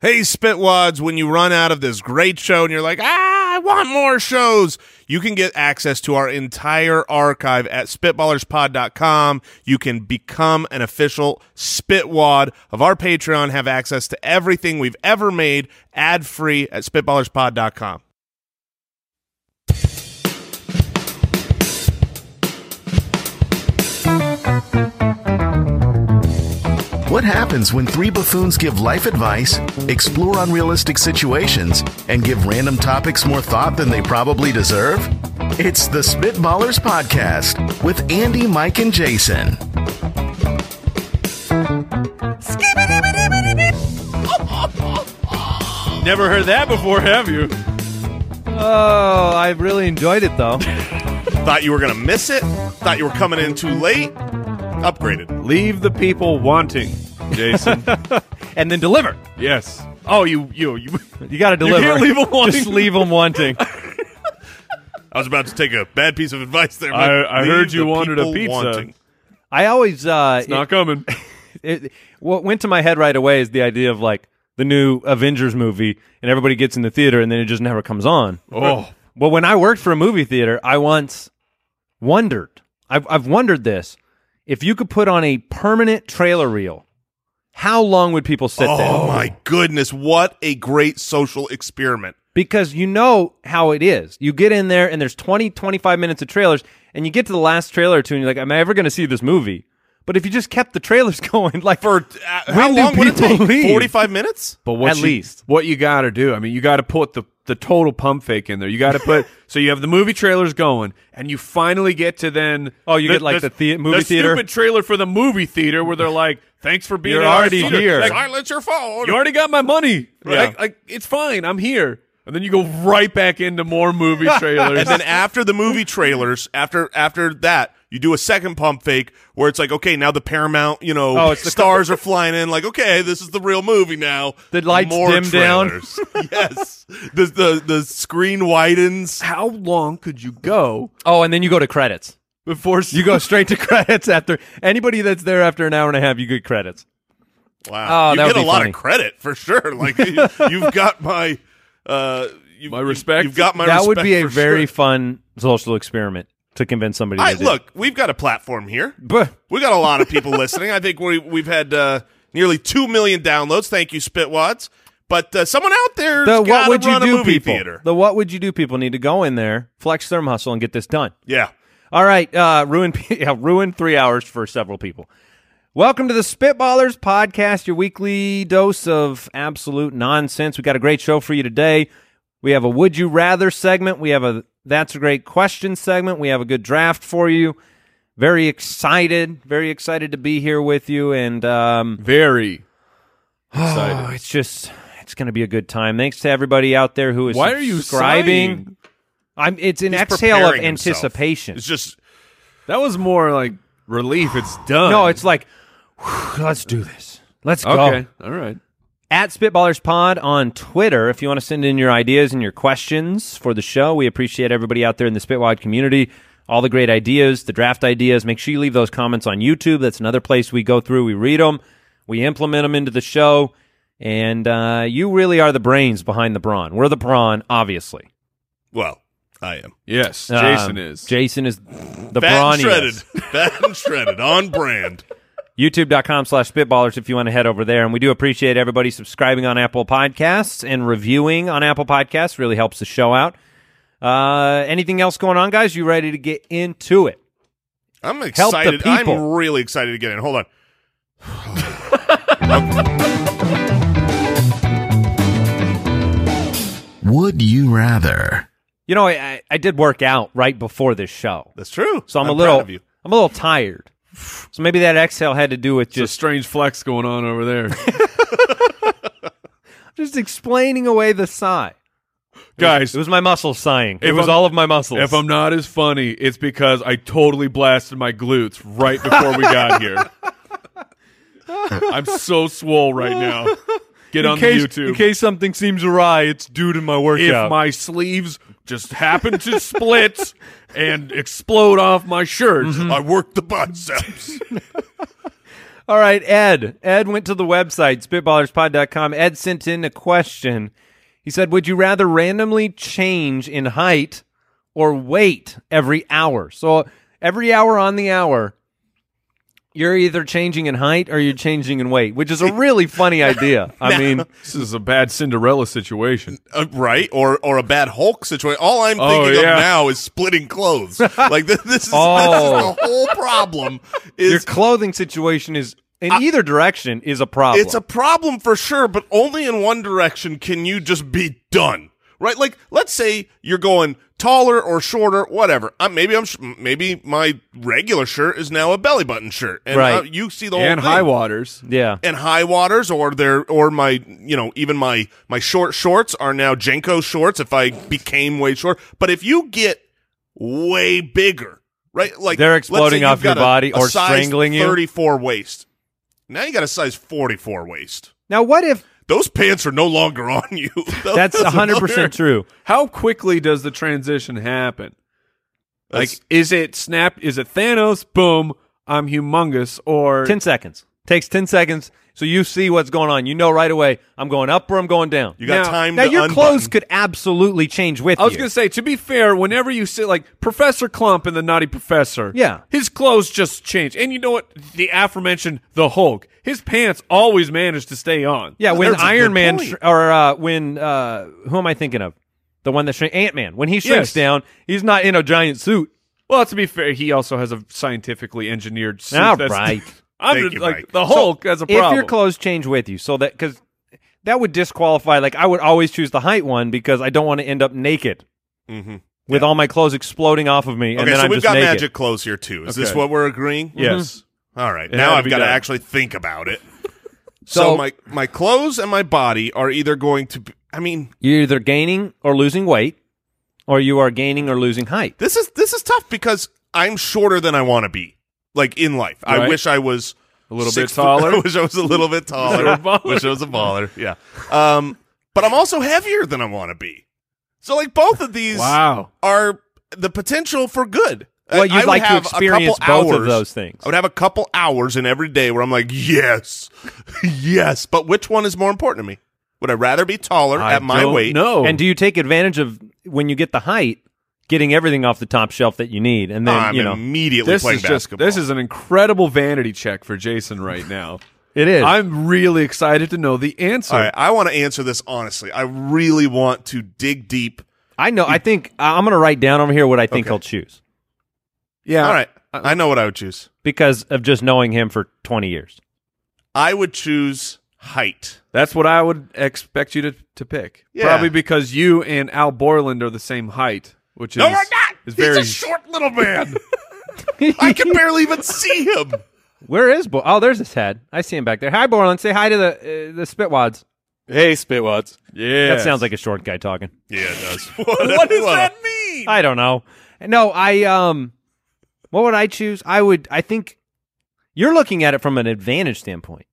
Hey, Spitwads, when you run out of this great show and you're like, ah, I want more shows, you can get access to our entire archive at spitballerspod.com. You can become an official Spitwad of our Patreon, have access to everything we've ever made ad free at spitballerspod.com. What happens when three buffoons give life advice, explore unrealistic situations, and give random topics more thought than they probably deserve? It's the Spitballers Podcast with Andy, Mike, and Jason. Never heard that before, have you? Oh, I really enjoyed it though. Thought you were going to miss it? Thought you were coming in too late? Upgraded. Leave the people wanting, Jason. and then deliver. yes. Oh, you, you, you. You got to deliver. can't leave 'em wanting. Just leave them wanting. I was about to take a bad piece of advice there. I- Mike. I Leave heard you the wanted a people pizza. I always uh, It's not coming. it, it- what went to my head right away is the idea of like the new Avengers movie, and everybody gets in the theater, and then it just never comes on. Oh, But when I worked for a movie theater, I once wondered. I've, I've wondered this: if you could put on a permanent trailer reel, how long would people sit there? Oh my goodness, what a great social experiment. because you know how it is. You get in there and there's 20, 25 minutes of trailers, and you get to the last trailer or two, and you're like, am I ever going to see this movie? But if you just kept the trailers going, like For uh, how do long would it people take? leave? 45 minutes? but what At you- least. what you got to do? I mean, you got to put the the total pump fake in there. You got to put so you have the movie trailers going, and you finally get to then. Oh, you get, like, the thea- movie theater? stupid trailer for the movie theater where they're like, "Thanks for being You're at our already theater." here. Like, Silence your phone. you already got my money. Yeah. Like, like, it's fine. I'm here. And then you go right back into more movie trailers. and then after the movie trailers, after after that, you do a second pump fake where it's like, okay, now the Paramount, you know, Oh, it's the- stars are flying in. Like, okay, this is the real movie now. The lights More dim down. trailers. yes, the, the the screen widens. how long could you go oh, and then you go to credits. before You go straight to credits after anybody that's there after an hour and a half, you get credits. Wow, Oh, you that would get a be lot funny. of credit for sure. Like you, you've got my. Uh, you, My respect? You've got my that would respect be a for very sure. fun social experiment to convince somebody I, to do. look, we've got a platform here. Buh. We got a lot of people listening. I think we, we've had uh, nearly two million downloads. Thank you, Spitwads. But uh, someone out there, the what gotta would you run a do movie people? theater. The what would you do people need to go in there, flex their muscle, and get this done. yeah, All right, uh, ruin yeah, ruin three hours for several people. Welcome to the Spitballers podcast, your weekly dose of absolute nonsense. We got a great show for you today. We have a Would You Rather segment. We have a That's a Great Question segment. We have a good draft for you. Very excited, very excited to be here with you, and um, very Oh, excited. it's just it's going to be a good time. Thanks to everybody out there who is Why are you subscribing. sighing? I'm it's an He's exhale of preparing himself. anticipation. It's just That was more like relief. It's done. no, it's like "Whew, let's do this. Let's okay. go. All right. At Spitballers Pod on Twitter, if you want to send in your ideas and your questions for the show, we appreciate everybody out there in the Spitwad community. All the great ideas, the draft ideas. Make sure you leave those comments on YouTube. That's another place we go through. We read them, we implement them into the show, and uh, you really are the brains behind the brawn. We're the brawn, obviously. well, I am Yes, Um, Jason is. Jason is the fat and brawny. shredded, fat and shredded on brand. YouTube.com slash spitballers if you want to head over there. And we do appreciate everybody subscribing on Apple Podcasts and reviewing on Apple Podcasts. Really helps the show out. Uh, anything else going on, guys? You ready to get into it? I'm the excited. I'm people. really excited to get in. Hold on. Would you rather? You know, I, I, I did work out right before this show. That's true. So I'm, a proud little of you. I'm a little tired. So maybe that exhale had to do with It's a just strange flex going on over there. just explaining away the sigh. Guys, It was my muscles sighing. It If was I'm- all of my muscles. if I'm not as funny, it's because I totally blasted my glutes right before we got here. I'm so swole right now. Get on the YouTube. case something seems awry, it's due to my workout. if my sleeves just happen to split Mm-hmm. and explode off my shirt. I worked the biceps. All right, Ed. Ed went to the website, spitballerspod.com. Ed sent in a question. He said, Would you rather randomly change in height or weight every hour? So every hour on the hour, you're either changing in height or you're changing in weight, which is a really funny idea. I mean, This is a bad Cinderella situation. Uh, right, or or a bad Hulk situation. All I'm Oh, thinking yeah. of now is splitting clothes. like this, this, is, this Oh. is the whole problem. your Is clothing situation is in either direction is a problem. it's a problem for sure, but only in one direction can you just be done. Right, like let's say you're going taller or shorter, whatever. Uh, maybe I'm sh- maybe my regular shirt is now a belly button shirt, and Right. uh, you see the whole And thing. high waters. yeah. and high waters or their or my you know even my my short shorts are now jenko shorts if i became way short but if you get way bigger right like They're let's say exploding you've off your got body a or size strangling you. 34 waist now you got a size 44 waist Now, what if those pants are no longer on you Oh, Those that's are- 100% true? How quickly does the transition happen? Like, That's- is it snap? Is it Thanos? Boom! I'm humongous. Or 10 seconds. Takes 10 seconds. So you see what's going on. You know right away, I'm going up or I'm going down. you got Now- time now, to your unbutton. clothes could absolutely change with I was you. gonna say, to be fair, whenever you sit like Professor Clump and the Naughty Professor, Yeah. his clothes just change. And you know what? The aforementioned the Hulk, his pants always manage to stay on. yeah, when There's a Iron good Man, point. sh- or uh, when, uh, who am I thinking of? The one that shrinks, Ant Man. When he shrinks Yes. down, he's not in a giant suit. Well, to be fair, he also has a scientifically engineered suit. All that's- Ah, right. I'm Thank just you, like Mike. the Hulk has a problem. If your clothes change with you, so that, because that would disqualify, like, I would always choose the height one because I don't want to end up naked Mhm. with all my clothes exploding off of me. and okay then so I'm we've just got naked. magic clothes here too is this Okay. what we're agreeing yes, All right. It had now to I've be got to done. actually think about it. So, So- my my clothes and my body are either going to be, I mean, You're either gaining or losing weight, or you are gaining or losing height. this is this is tough because I'm shorter than I want to be. Like in life. I Right. wish I was a little six bit foot- taller. I wish I was a little bit taller. You're a baller. wish I was a baller. Yeah. Um but I'm also heavier than I want to be. So like both of Mm-hmm. these wow. are the potential for good. Well, you'd I, I would like to have a experience couple both of hours- those things. I would have a couple hours in every day where I'm like, yes, yes. But which one is more important to me? Would I rather be taller at my weight? No. And do you take advantage of when you get the height, getting everything off the top shelf that you need, and then I'm you know immediately this playing is just basketball. this is an incredible vanity check for Jason right now. it is. I'm really excited to know the answer. all right. I want to answer this honestly. I really want to dig deep. I know. I think I- I'm going to write down over here what I think Okay. I'll choose Yeah. All right, I know what I would choose. because of just knowing him for 20 years. I would choose height. That's what I would expect you to, to pick. Yeah. Probably because you and Al Borland are the same height, which is No, we're not. He's is very a short little man. I can barely even see him. Where is Bo? Oh, there's his head. I see him back there. Hi, Borland. Say hi to the uh, the Spitwads. Hey, Spitwads. yeah. That sounds like a short guy talking. Yeah, it does. What, What does a- that mean? I don't know. No, I um what would I choose? I would I think you're looking at it from an advantage standpoint.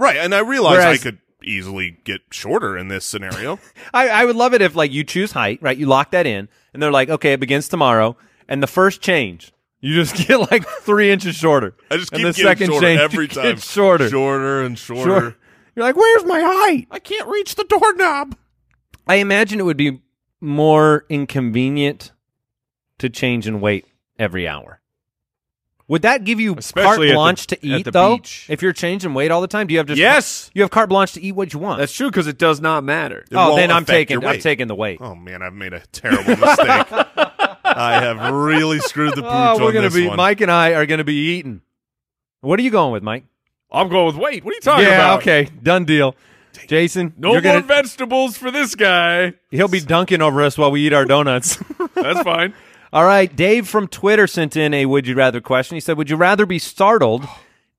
Right, and I realize I Whereas- could easily get shorter in this scenario. I, I would love it if like you choose height, right? You lock that in and they're like, okay, it begins tomorrow, and the first change, you just get like three inches shorter. I just keep and the getting second shorter change every gets time. shorter. shorter and shorter. Short- You're like, where's my height? I can't reach the doorknob. I imagine it would be more inconvenient to change in weight every hour. Would that give you Especially at carte the- blanche at to eat the though? beach. If you're changing weight all the time, do you have just Yes. You have carte blanche to eat what you want. That's true because it does not matter. It oh, won't then I'm affect taking your I'm weight. taking the weight. Oh man, I've made a terrible mistake. I have really screwed the pooch Oh, we're on gonna this be one. Mike and I are gonna be eating. What are you going with, Mike? Oh, I'm going with weight. What are you talking yeah, about? okay, done deal. Jason, No you're more gonna, vegetables for this guy. he'll be dunking over us while we eat our donuts. That's fine. All right, Dave from Twitter sent in a would you rather question. He said, "Would you rather be startled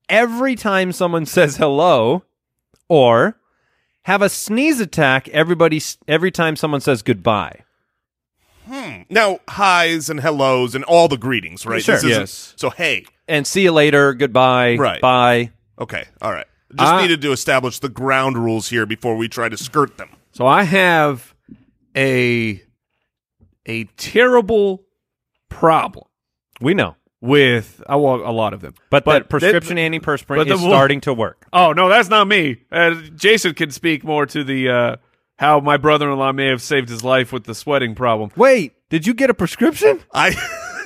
every time someone says hello, or have a sneeze attack everybody s- every time someone says goodbye?" now highs and hellos and all the greetings, right? Sure. This isn't- Yes. So hey, And see you later, goodbye, Right. bye. okay, all right. Just I- needed to establish the ground rules here before we try to skirt them. So I have a a terrible problem. We know. with I want a lot of them. But, that that- prescription antiperspirant but the is one- starting to work. Oh no, that's not me. Uh, Jason can speak more to the uh, how my brother-in-law may have saved his life with the sweating problem. Wait, did you get a prescription? I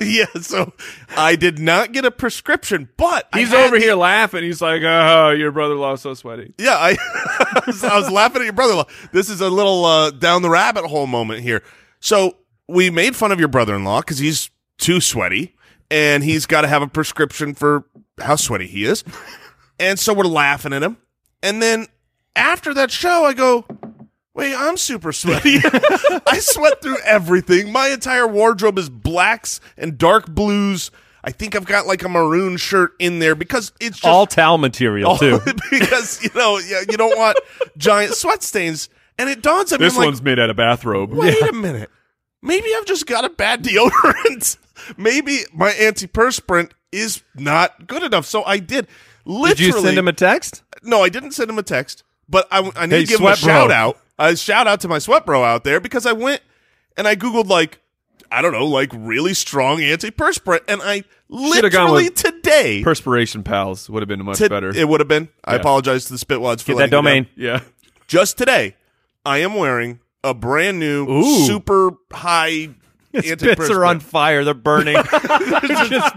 yeah, so I did not get a prescription, but I He's had over the- here laughing. He's like, "Oh, your brother-in-law's so sweaty." Yeah, I, I was laughing at your brother-in-law. This is a little uh, down the rabbit hole moment here. So we made fun of your brother-in-law because he's too sweaty, and he's got to have a prescription for how sweaty he is. And so we're laughing at him. And then after that show, I go, Wait, I'm super sweaty. I sweat through everything. My entire wardrobe is blacks and dark blues. I think I've got like a maroon shirt in there because it's just All towel Oh, material too. because you know yeah, you don't want giant sweat stains. And it dawns on me This I'm like, one's made out of bathrobe. wait a minute, maybe I've just got a bad deodorant. maybe my antiperspirant is not good enough. So I did literally. Did you send him a text? no, I didn't send him a text, but I, I need Hey, to give him a sweat bro. shout out. A shout out to my sweat bro out there because I went and I googled like I don't know like really strong antiperspirant, and I Should've gone literally with today. Perspiration pals would have been much to- better. It would have been. I apologize to the Spitwads for letting Get that me down. domain. yeah. just today, I am wearing a brand new Ooh. super high Bits are on antiperspirant. fire. They're burning. They're just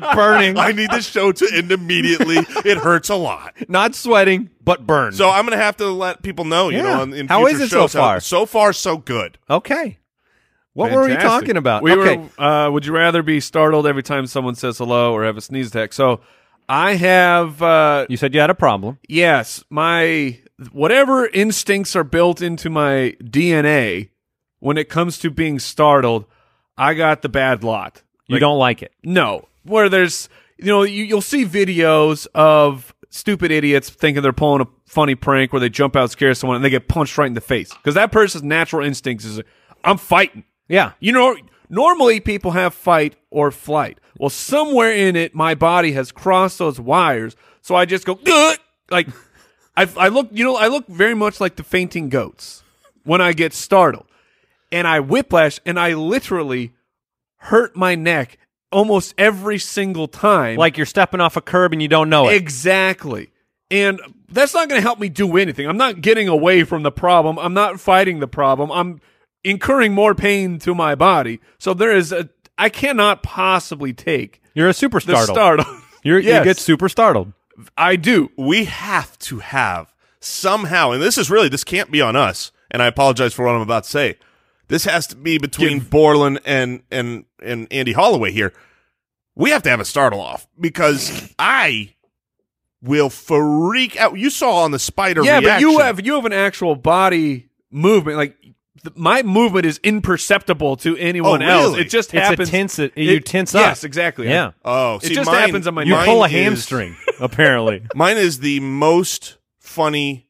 burning. I need this show to end immediately. it hurts a lot. Not sweating, but burned. So I'm going to have to let people know, you Yeah. know, in, in How future is it so shows how- far? so far, so good. okay. What were we Fantastic. talking about? We okay. were, uh, would you rather be startled every time someone says hello or have a sneeze attack? So I have, uh, you said you had a problem. yes, my whatever instincts are built into my DNA when it comes to being startled, I got the bad lot. You don't like it. No, where there's you know you, you'll see videos of stupid idiots thinking they're pulling a funny prank where they jump out scare someone and they get punched right in the face because that person's natural instincts is I'm fighting. Yeah. You know, normally people have fight or flight. Well, somewhere in it, my body has crossed those wires, so I just go "Ugh!" like I, I look. You know, I look very much like the fainting goats when I get startled, and I whiplash, and I literally hurt my neck almost every single time. Like you're stepping off a curb and you don't know it. Exactly. And that's not going to help me do anything. I'm not getting away from the problem. I'm not fighting the problem. I'm incurring more pain to my body. So there is a I cannot possibly take You're a super the startled. startle. You're, Yes, You get super startled. I do. We have to have somehow, and this is really, this can't be on us. And I apologize for what I'm about to say. This has to be between Borland and, and, and Andy Holloway here. We have to have a startle off because I will freak out. You saw on the spider Yeah, but reaction. you have you have an actual body movement like th- my movement is imperceptible to anyone else. really? It just Oh, It's a happens. tense- it- you tense up. Yes, exactly. Yeah. Oh, it see, just mine- happens on my You mine pull a is- hamstring, apparently. Mine is the most funny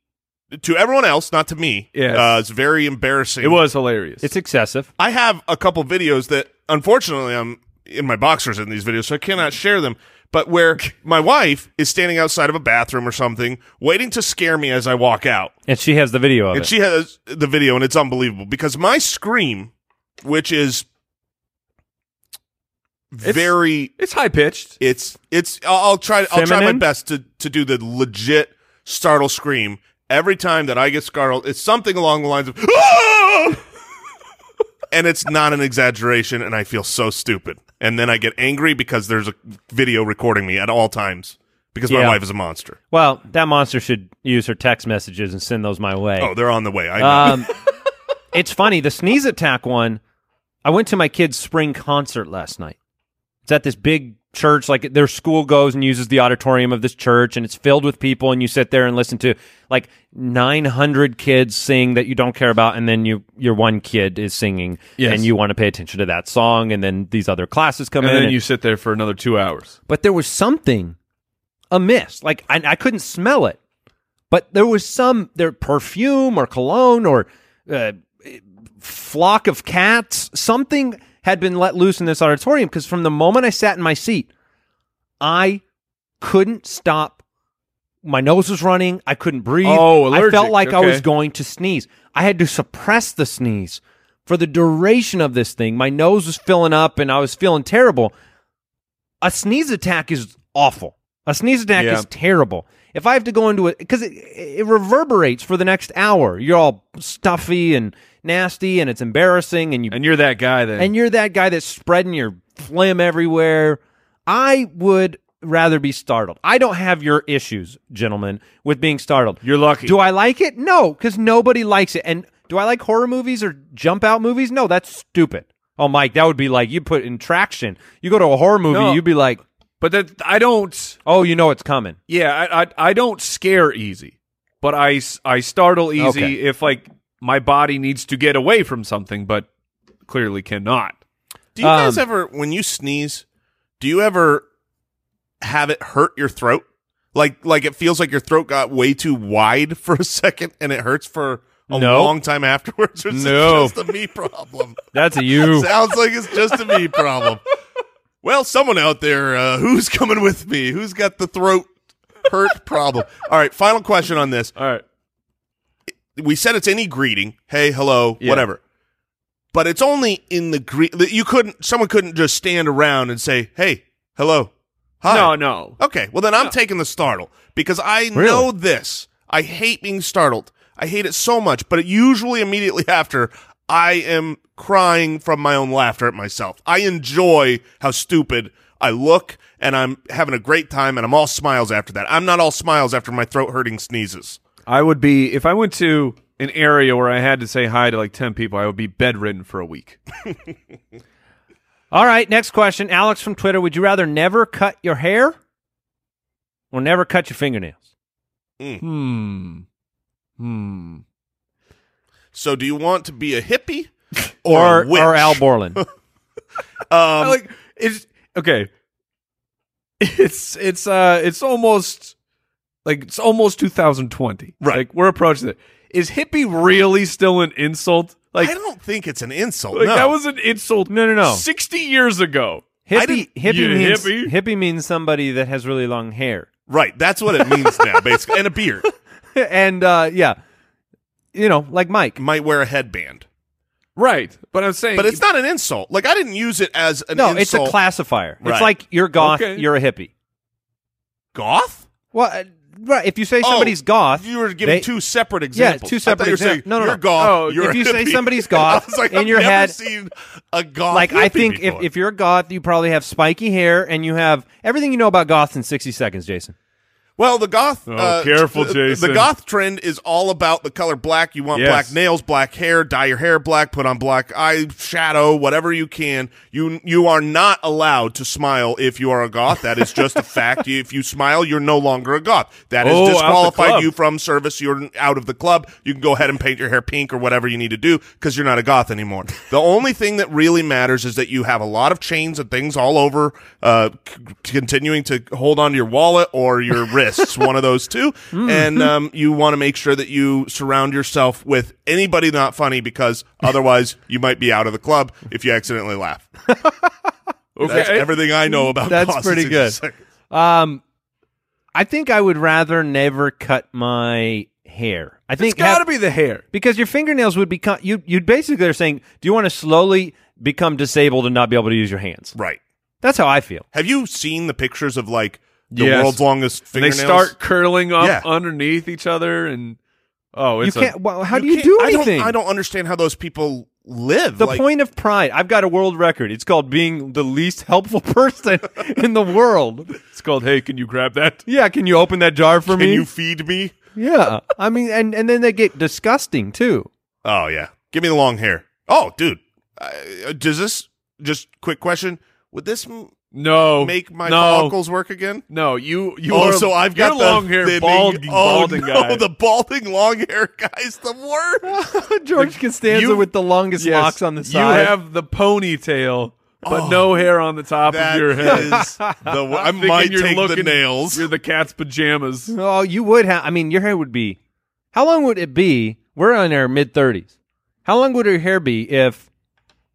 to everyone else, not to me. Yes. Uh, it's very embarrassing. It was hilarious. It's excessive. I have a couple videos that unfortunately I'm in my boxers in these videos, so I cannot share them. But where my wife is standing outside of a bathroom or something, waiting to scare me as I walk out. And she has the video of And it. she has the video, and it's unbelievable because my scream, which is very, it's high pitched. it's it's. I'll, I'll try. I'll try my Feminine? best to to do the legit startle scream every time that I get startled. It's something along the lines of, "Ah!" and it's not an exaggeration, and I feel so stupid. And then I get angry because there's a video recording me at all times because my Yeah. wife is a monster. Well, that monster should use her text messages and send those my way. Oh, they're on the way. I know. Um, it's funny the sneeze attack one. I went to my kid's spring concert last night. It's at this big church. Like their school goes and uses the auditorium of this church, and it's filled with people. And you sit there and listen to like 900 kids sing that you don't care about, and then you your one kid is singing, Yes. and you want to pay attention to that song, and then these other classes come And in. then and- you sit there for another 2 hours. but there was something amiss. Like I, I couldn't smell it, but there was some their perfume or cologne or uh, flock of cats. Something had been let loose in this auditorium because from the moment I sat in my seat, I couldn't stop. My nose was running. I couldn't breathe. Oh, I felt allergic. like I was Okay. going to sneeze. I had to suppress the sneeze for the duration of this thing. My nose was filling up and I was feeling terrible a sneeze attack is awful. A sneeze attack Yeah. is terrible. If I have to go into it, because it, it reverberates for the next hour. You're all stuffy and nasty, and it's embarrassing, and you And you're that guy then. and you're that guy that's spreading your phlegm everywhere. I would rather be startled. I don't have your issues, gentlemen, with being startled. You're lucky. Do I like it? No, because nobody likes it. And do I like horror movies or jump out movies? No, that's stupid. Oh, Mike, that would be like you put in traction. You go to a horror movie, No. you'd be like, but that I don't. oh, you know it's coming. Yeah, I, I I don't scare easy, but I s- I startle easy Okay. if like my body needs to get away from something, but clearly cannot. Do you guys Um, ever, when you sneeze, do you ever have it hurt your throat? Like, like it feels like your throat got way too wide for a second, and it hurts for a No. long time afterwards. Or is No. it just a me problem? That's a you. Sounds like it's just a me problem. Well, someone out there, uh, who's coming with me? Who's got the throat hurt problem? All right, final question on this. All right. We said it's any greeting, hey, hello, Yeah. whatever. But it's only in the greet that you couldn't. Someone couldn't just stand around and say, hey, hello, hi. No, no. Okay, well then I'm taking the startle because I know this. I hate being startled. I hate it so much, but it usually immediately after I am crying from my own laughter at myself. I enjoy how stupid I look and I'm having a great time and I'm all smiles after that. I'm not all smiles after my throat hurting sneezes. I would be if I went to an area where I had to say hi to like ten people, I would be bedridden for a week. All right, next question. Alex from Twitter, would you rather never cut your hair or never cut your fingernails? hmm. Hmm. So do you want to be a hippie or Or a witch? or Al Borland? Um, like it's okay. It's it's uh it's almost like it's almost 2020. Right. Like we're approaching it. Is hippie really still an insult? Like, I don't think it's an insult. like no. that was an insult no, no, no. 60 years ago. Hippie, didn't- hippie, You means, hippie. hippie. means somebody that has really long hair. right. That's what it means now, basically. And a beard and uh, yeah, you know, like Mike. might wear a headband. Right. But I'm saying But it's not an insult. Like I didn't use it as an No, insult. it's a classifier. It's Right. like you're goth, Okay. you're a hippie. goth. Well, uh, right. If you say somebody's Oh, goth, You were giving they- two separate Yeah, examples. two separate I thought you were exam- saying, no, no, you're no. goth. Oh, you're if a you say hippie." somebody's goth I was like, in I've your never head- seen a goth. like I hippie think if, before. if you're a goth, you probably have spiky hair and you have everything you know about goths in 60 seconds, Jason. well, the goth. uh, Oh, careful, the- the- Jason. The goth trend is all about the color black. You want Yes. black nails, black hair, dye your hair black, put on black eye shadow, whatever you can. You you are not allowed to smile if you are a goth. That is just a fact. If you smile, you're no longer a goth. That has Oh, out the disqualified club. you from service. You're out of the club. You can go ahead and paint your hair pink or whatever you need to do because you're not a goth anymore. the only thing that really matters is that you have a lot of chains and things all over, uh, c- continuing to hold onto your wallet or your wrists, one of those two. Hmm. And um, you want to make sure that you surround yourself with anybody not funny because otherwise you might be out of the club if you accidentally laugh. okay. That's everything I know about. That's goths. pretty It's good. just like- Um, I think I would rather never cut my hair. I think it's got to have- be the hair. because your fingernails would become you. You'd basically are saying, do you want to slowly become disabled and not be able to use your hands? Right. That's how I feel. Have you seen the pictures of like the Yes. world's longest And they fingernails? start curling up Yeah. underneath each other and oh, You it's can't. a, well, how do can't- you do I don't- anything? I don't, understand how those people live. the Like, point of pride. I've got a world record. It's called being the least helpful person in the world. it's called hey, can you grab that? Yeah, can you open that jar for Can me? you feed me? yeah, Uh, I mean, and and then they get disgusting too. Oh yeah, give me the long hair. Oh, dude, uh, does this? Just quick question: Would this m- No. make my no. follicles work again? No, you you oh, are so I've you're got the long hair thinning- bald oh, balding no, guy. the balding long hair guy's the worst. George Costanza you- with the longest Yes, locks on the You side. have the ponytail, but no hair on the top Oh, That of your head. is the wor- I I'm thinking might you're take looking- the nails. You're the cat's pajamas. oh, you would have. I mean, your hair would be. How long would it be? We're in our mid thirties. How long would your hair be if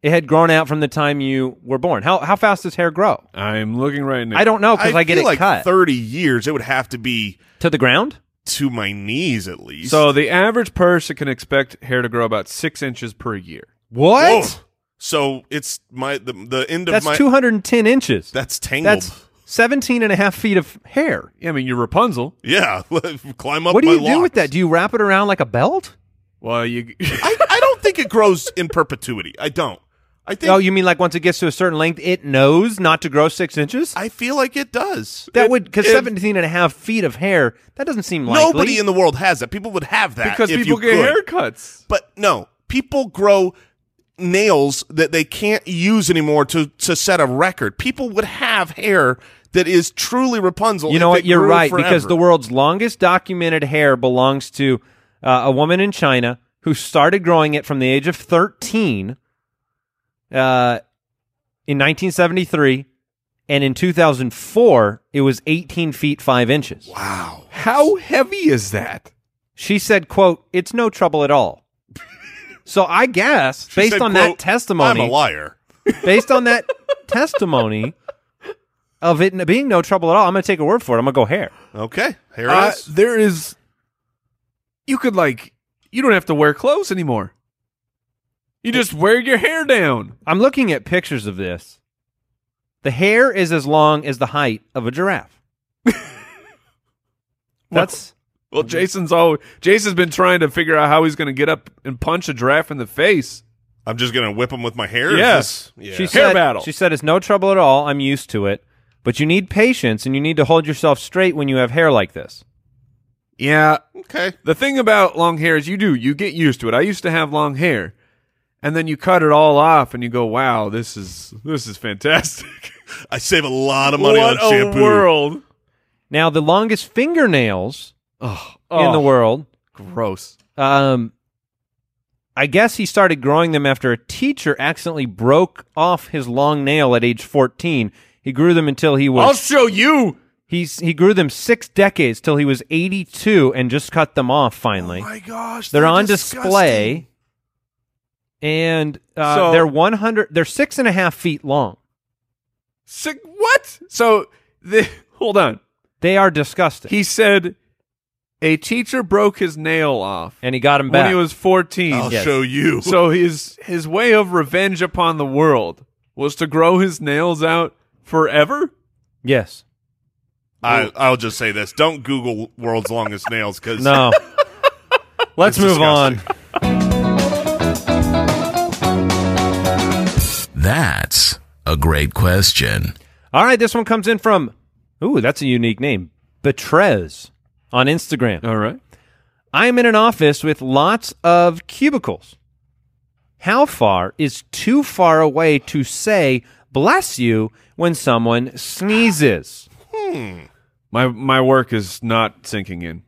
it had grown out from the time you were born? How how fast does hair grow? I'm looking right now. I don't know because I, get feel it like cut Thirty years, it would have to be to the ground. to my knees at least. So the average person can expect hair to grow about six inches per year. Whoa. What? Oh, So it's my the, the end of That's my 210 inches. that's tangled. That's 17 and a half feet of hair. Yeah, I mean, you're Rapunzel. yeah, climb up. What do my you do with locks. that? Do you wrap it around like a belt? Well, you. I, I don't think it grows in perpetuity. I don't. I think oh, you mean like once it gets to a certain length, it knows not to grow six inches? I feel like it does. that It- would, because if- 17 and a half feet of hair, that doesn't seem likely. Nobody in the world has that. People would have that because if you people could. get haircuts. But no, people grow nails that they can't use anymore to to set a record. People would have hair that is truly Rapunzel. You know if what? it You're grew right because forever. the world's longest documented hair belongs to uh, a woman in China who started growing it from the age of 13 uh, in 1973, and in 2004 it was 18 feet 5 inches. wow. How heavy is that? She said, "quote It's no trouble at all." so I guess She based said, on quote, that I'm testimony, a liar. based on that testimony of it n- being no trouble at all, I'm going to take a word for it. I'm going to go hair. Okay, hair Uh, is. there is. You could like. You don't have to wear clothes anymore. You just wear your hair down. I'm looking at pictures of this. The hair is as long as the height of a giraffe. That's Well, Jason's all. Jason's been trying to figure out how he's going to get up and punch a giraffe in the face. I'm just gonna whip him with my hair. Is Yes. this- yeah. she Hair said. battle. She said it's no trouble at all. I'm used to it, but you need patience and you need to hold yourself straight when you have hair like this. Yeah, okay. The thing about long hair is you do, you get used to it. I used to have long hair. And then you cut it all off and you go, "Wow, this is this is fantastic." I save a lot of money what on shampoo. a world. Now, the longest fingernails Oh, in the world. gross. Um, I guess he started growing them after a teacher accidentally broke off his long nail at age 14. He grew them until he was I'll show you. He's he grew them six decades till he was 82 and just cut them off Oh finally. my gosh, they're, on disgusting. display, and uh, So- they're 100. They're six and a half feet long. Sick, what? So the hold on. They are disgusting. He said a teacher broke his nail off and he got them when back. Oh, he was 14. I'll Yes. show you. So his his way of revenge upon the world was to grow his nails out forever? yes. I, I'll just say this: Don't Google world's longest nails because No. Let's It's move disgusting. on. That's a great question. All right, this one comes in from. Ooh, that's a unique name. Betrez on Instagram. All right. I am in an office with lots of cubicles. How far is too far away to say bless you when someone sneezes? My my work is not sinking in,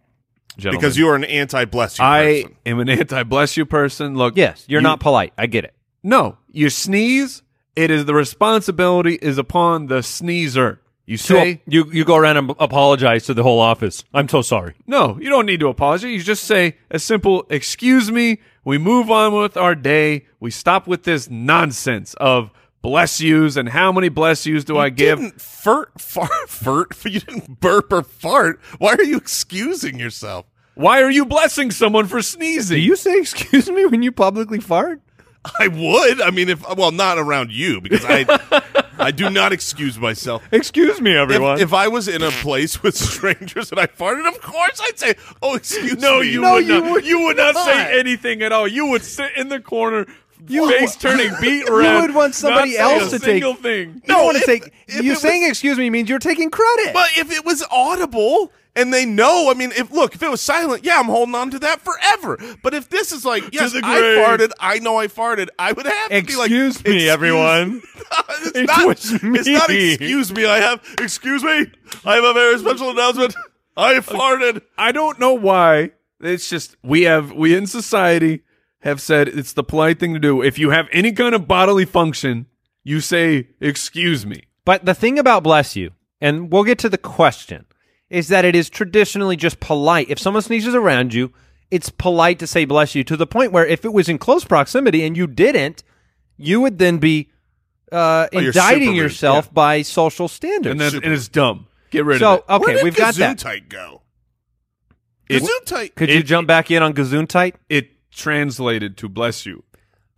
gentlemen. because you are an anti-bless you I person. am an anti-bless you person. Look, Yes, you're you- not polite. I get it. No, you sneeze. It is the responsibility is upon the sneezer. You So say you you go around and apologize to the whole office. I'm so sorry. no. You don't need to apologize. You just say a simple "excuse me." We move on with our day. We stop with this nonsense of bless yous and how many bless yous do I give? didn't fart, fart, fart. You didn't burp or fart. Why are you excusing yourself? Why are you blessing someone for sneezing? Do you say excuse me when you publicly fart? I would. I mean, if well, not around you because I, I do not excuse myself. Excuse me, If, if I was in a place with strangers and I farted, of course I'd say, "Oh, excuse No, me." you would not. you would not say anything at all. You would sit in the corner, face turning beat around. would want somebody not say else a to take- single thing. no, No, want if- to take if it you was- saying excuse me means you're taking credit. But if it was audible and they know, I mean, if look, if it was silent, yeah, I'm holding on to that forever. But if this is like, yes, I the grave. farted, I know I farted, I would have to be like, Excuse me, everyone. it's, not, was it's not me. excuse me, I have, excuse me, I have a very special announcement. I farted. I don't know why. It's just we have we in society have said it's the polite thing to do. If you have any kind of bodily function, you say excuse me. But the thing about bless you, and we'll get to the question, is that it is traditionally just polite. If someone sneezes around you, it's polite to say bless you to the point where if it was in close proximity and you didn't, you would then be uh, Oh, you're super indicting rude, yourself by social standards. And then it is dumb. Get rid of so uh, it. Where okay, did we've got that. Gesundheit go? Gesundheit. Could you jump back in on Gazoon tight? It translated to bless you.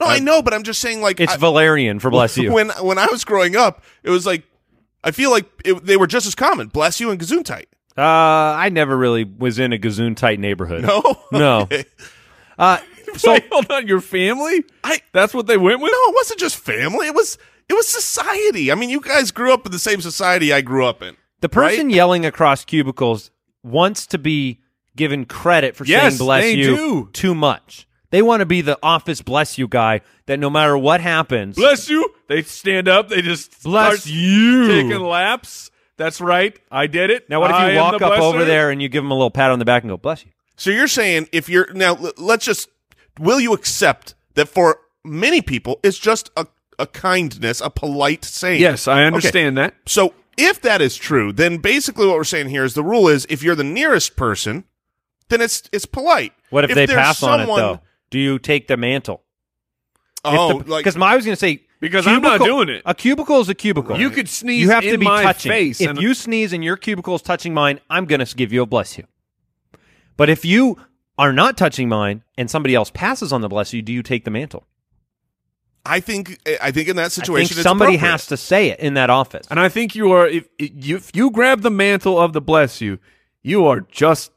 No, I know, but I'm just saying, like, It's I- Valerian for bless you. when when I was growing up, it was like I feel like it, they were just as common. Bless you and Gazuntite. Uh, I never really was in a gazoon tight neighborhood. No, No. Okay. Uh, so Wait, hold on, your family? I That's what they went with? no, it wasn't just family. It was it was society. I mean, you guys grew up in the same society I grew up in. the person yelling across cubicles wants to be given credit for Yes, saying bless they you do. too much. They want to be the office bless you guy that no matter what happens, Bless you. They stand up. They just Bless start you. taking laps. That's right. I did it. Now, what if I you am walk the up over blesser. there and you give him a little pat on the back and go, bless you? So you're saying if you're now, l- let's just will you accept that for many people it's just a a kindness, a polite saying. Yes, I Okay. understand that. So if that is true, then basically what we're saying here is the rule is if you're the nearest person, then it's it's polite. What if, they there's pass on it, someone- though? Do you take the mantle? Oh, Because like I was going to say, Because I'm not cubicle- doing it. A cubicle is a cubicle. You could sneeze You have to in be my touching. face if and- you sneeze and your cubicle is touching mine, I'm going to give you a bless you. But if you are not touching mine and somebody else passes on the bless you, do you take the mantle? I think I think in that I situation think it's somebody appropriate. has to say it in that office. And I think you are. If, if you grab the mantle of the bless you, you are just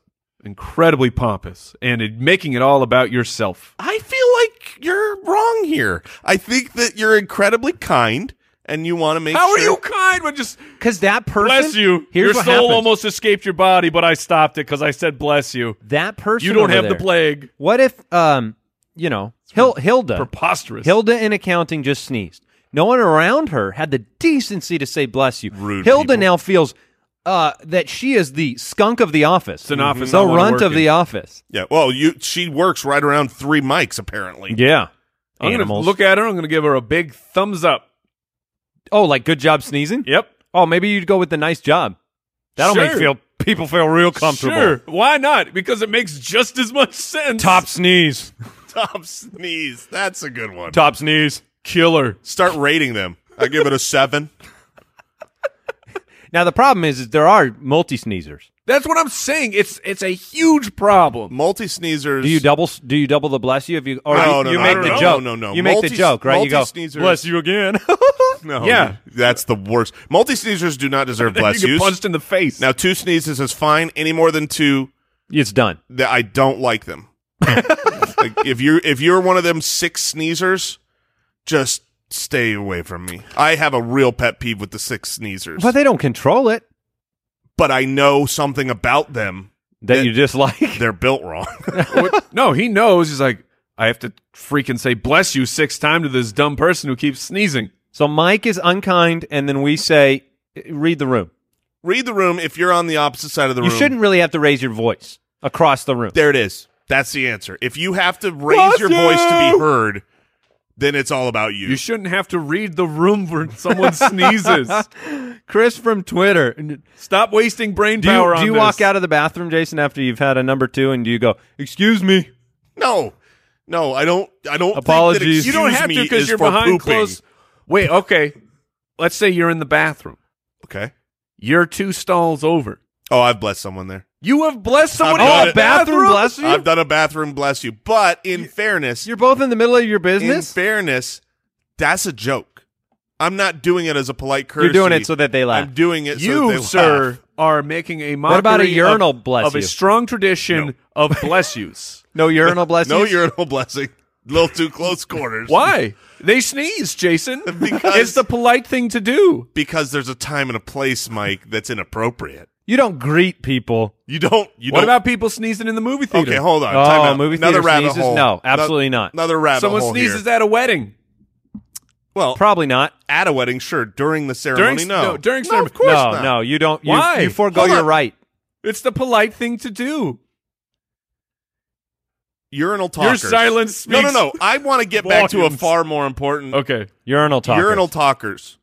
incredibly pompous and it- making it all about yourself. I feel like you're wrong here. I think that you're incredibly kind and you want to make How are sure- you kind when just Because that person, bless you? Here's Your what soul happens. almost escaped your body, but I stopped it because I said bless you. that person. You don't over have the there- plague. What if, um, you know, Hil- Hilda? Preposterous. Hilda in accounting just sneezed. No one around her had the decency to say bless you. Rude Hilda people. now feels uh, that she is the skunk of the office. an office I The wanna runt work of in. the office. Yeah. Well, you she works right around three mics apparently. Yeah. I'm going to Animals. look at her. I'm going to give her a big thumbs up. oh, like good job sneezing? Yep. Oh, maybe you'd go with the nice job. That'll make Sure. feel people feel real comfortable. Sure. Why not? Because it makes just as much sense. Top sneeze. Top sneeze. That's a good one. Top sneeze. killer. Start rating them. I give it a seven. Now the problem is, is there are multi sneezers. That's what I'm saying. It's it's a huge problem. Multi sneezers. Do you double do you double the bless you if you or No, you, no, you no, make no, the no, joke. No, no, no. You make the Multi- joke, right? You go multi-sneezers- bless you again. No. Yeah. That's the worst. Multi sneezers do not deserve bless you get you. punched in the face. Now two sneezes is fine. Any more than two, it's done. that I don't like them. like if you're if you're one of them six sneezers, just stay away from me. I have a real pet peeve with the six sneezers, But but, they don't control it. I know something about them. that, That- you dislike. They're built wrong. What- no, he knows. He's like, I have to freaking say bless you six times to this dumb person who keeps sneezing. So Mike is unkind, and then we say, "Read the room." Read the room if you're on the opposite side of the You room. shouldn't really have to raise your voice across the room. There it is. That's the answer. If you have to raise Bless your voice to you! be heard, then it's all about you. You shouldn't have to read the room when someone sneezes. Chris from Twitter. Do Stop wasting brain power you, on do you this. walk out of the bathroom, Jason, after you've had a number two, and do you go, "Excuse me"? no, no, I don't. I don't. Think Apologies. that You don't excuse have to me because is you're for pooping. behind closed. Wait, okay. Let's say you're in the bathroom. Okay. You're two stalls over. Oh, I've blessed someone there. You have blessed someone I've in done the it. bathroom. Bless you? I've done a bathroom bless you, but in fairness, You're both in the middle of your in business. fairness, that's a joke. I'm not doing it as a polite courtesy. You're doing it so that they laugh. I'm doing it. so that you, they sir, laugh. are making a mockery What about a urinal of, bless of a you? strong tradition of bless yous. no urinal bless No you. urinal blessing. A little too close quarters. Why? They sneeze, Jason. Because- it's the polite thing to do. Because there's a time and a place, Mike, that's inappropriate. You don't greet people. You don't. You What don't. about people sneezing in the movie theater? Okay, hold on. Oh, time out. movie Another theater rabbit sneezes? hole. No, absolutely not. Another rabbit Someone hole sneezes Here. at a wedding. Well, Probably not. at a wedding, sure. During the ceremony, During- no. no, during no, ceremony. Of course no, not. no, you don't. You, Why? You forego Hold your on. right. It's the polite thing to do. Urinal talkers. silence No, no, speaks no. I want to get back to a volumes. far more important. Okay. Urinal talk. Urinal talkers.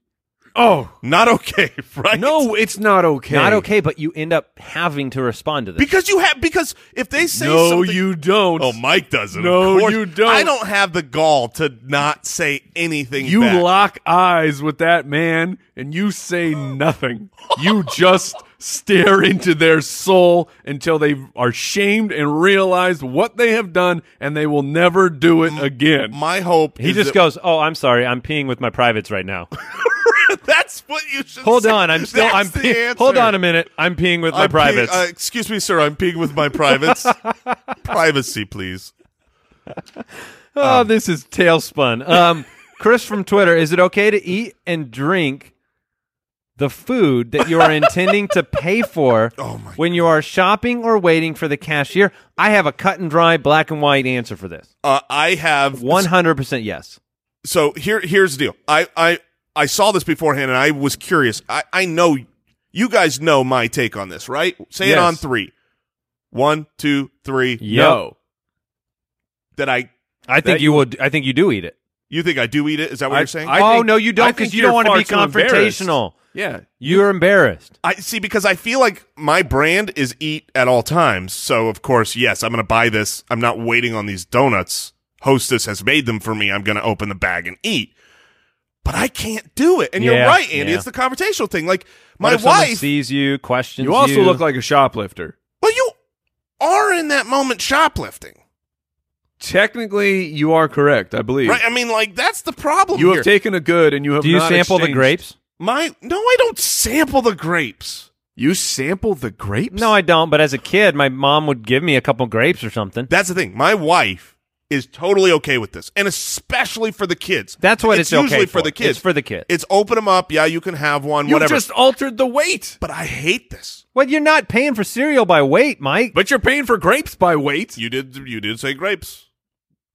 Oh Not okay, right? no, it's not okay. Not okay, but you end up having to respond to this. Because you have because if they say No, something, you don't. oh Mike doesn't. No, of course. you don't. I don't have the gall to not say anything. You back. lock eyes with that man and you say nothing. you just stare into their soul until they are shamed and realize what they have done and they will never do Mm. it again. My hope He is just that- goes, "Oh, I'm sorry. I'm peeing with my privates right now." That's what you should. Hold say. on. I'm still That's I'm the pe- answer. Hold on a minute. I'm peeing with my I'm peeing- privates. uh, excuse me, sir. I'm peeing with my privates. Privacy, please. oh, Um, this is tailspun. Um Chris from Twitter, is it okay to eat and drink the food that you are intending to pay for Oh my when you are shopping or waiting for the cashier? I have a cut and dry black and white answer for this. Uh, I have 100% yes. so here here's the deal. I I I saw this beforehand and I was curious. I I know you guys know my take on this, right? Say it Yes. on three. One, two, three. No. That I I think you would I think you do eat it. you think I do eat it? Is that what I- you're saying? I- I, oh think- no, you I don't think because you don't you're want to far be too embarrassed. confrontational. Yeah. You're embarrassed. see because I feel like my brand is eat at all times. So of course, yes, I'm going to buy this. I'm not waiting on these donuts. Hostess has made them for me. I'm going to open the bag and eat. But I can't do it. And you're Yeah, right, Andy. yeah. It's the conversational thing. Like What my if someone wife sees you, questions You also look like a shoplifter. Well, you are in that moment shoplifting, Technically, you are correct, I believe. right? I mean, like that's the problem You here. have taken a good and you have Do you not sample the exchanged- grapes? My no, I don't sample the grapes. You sample the grapes? No, I don't. But as a kid, my mom would give me a couple grapes or something. That's the thing. My wife is totally okay with this, and especially for the kids. That's what it's, it's okay usually for. for. the kids. It's for the kid. It's open them up. Yeah, you can have one. you whatever. just altered the weight. but I hate this. Well, you're not paying for cereal by weight, Mike. But you're paying for grapes by weight. You did. You did say grapes.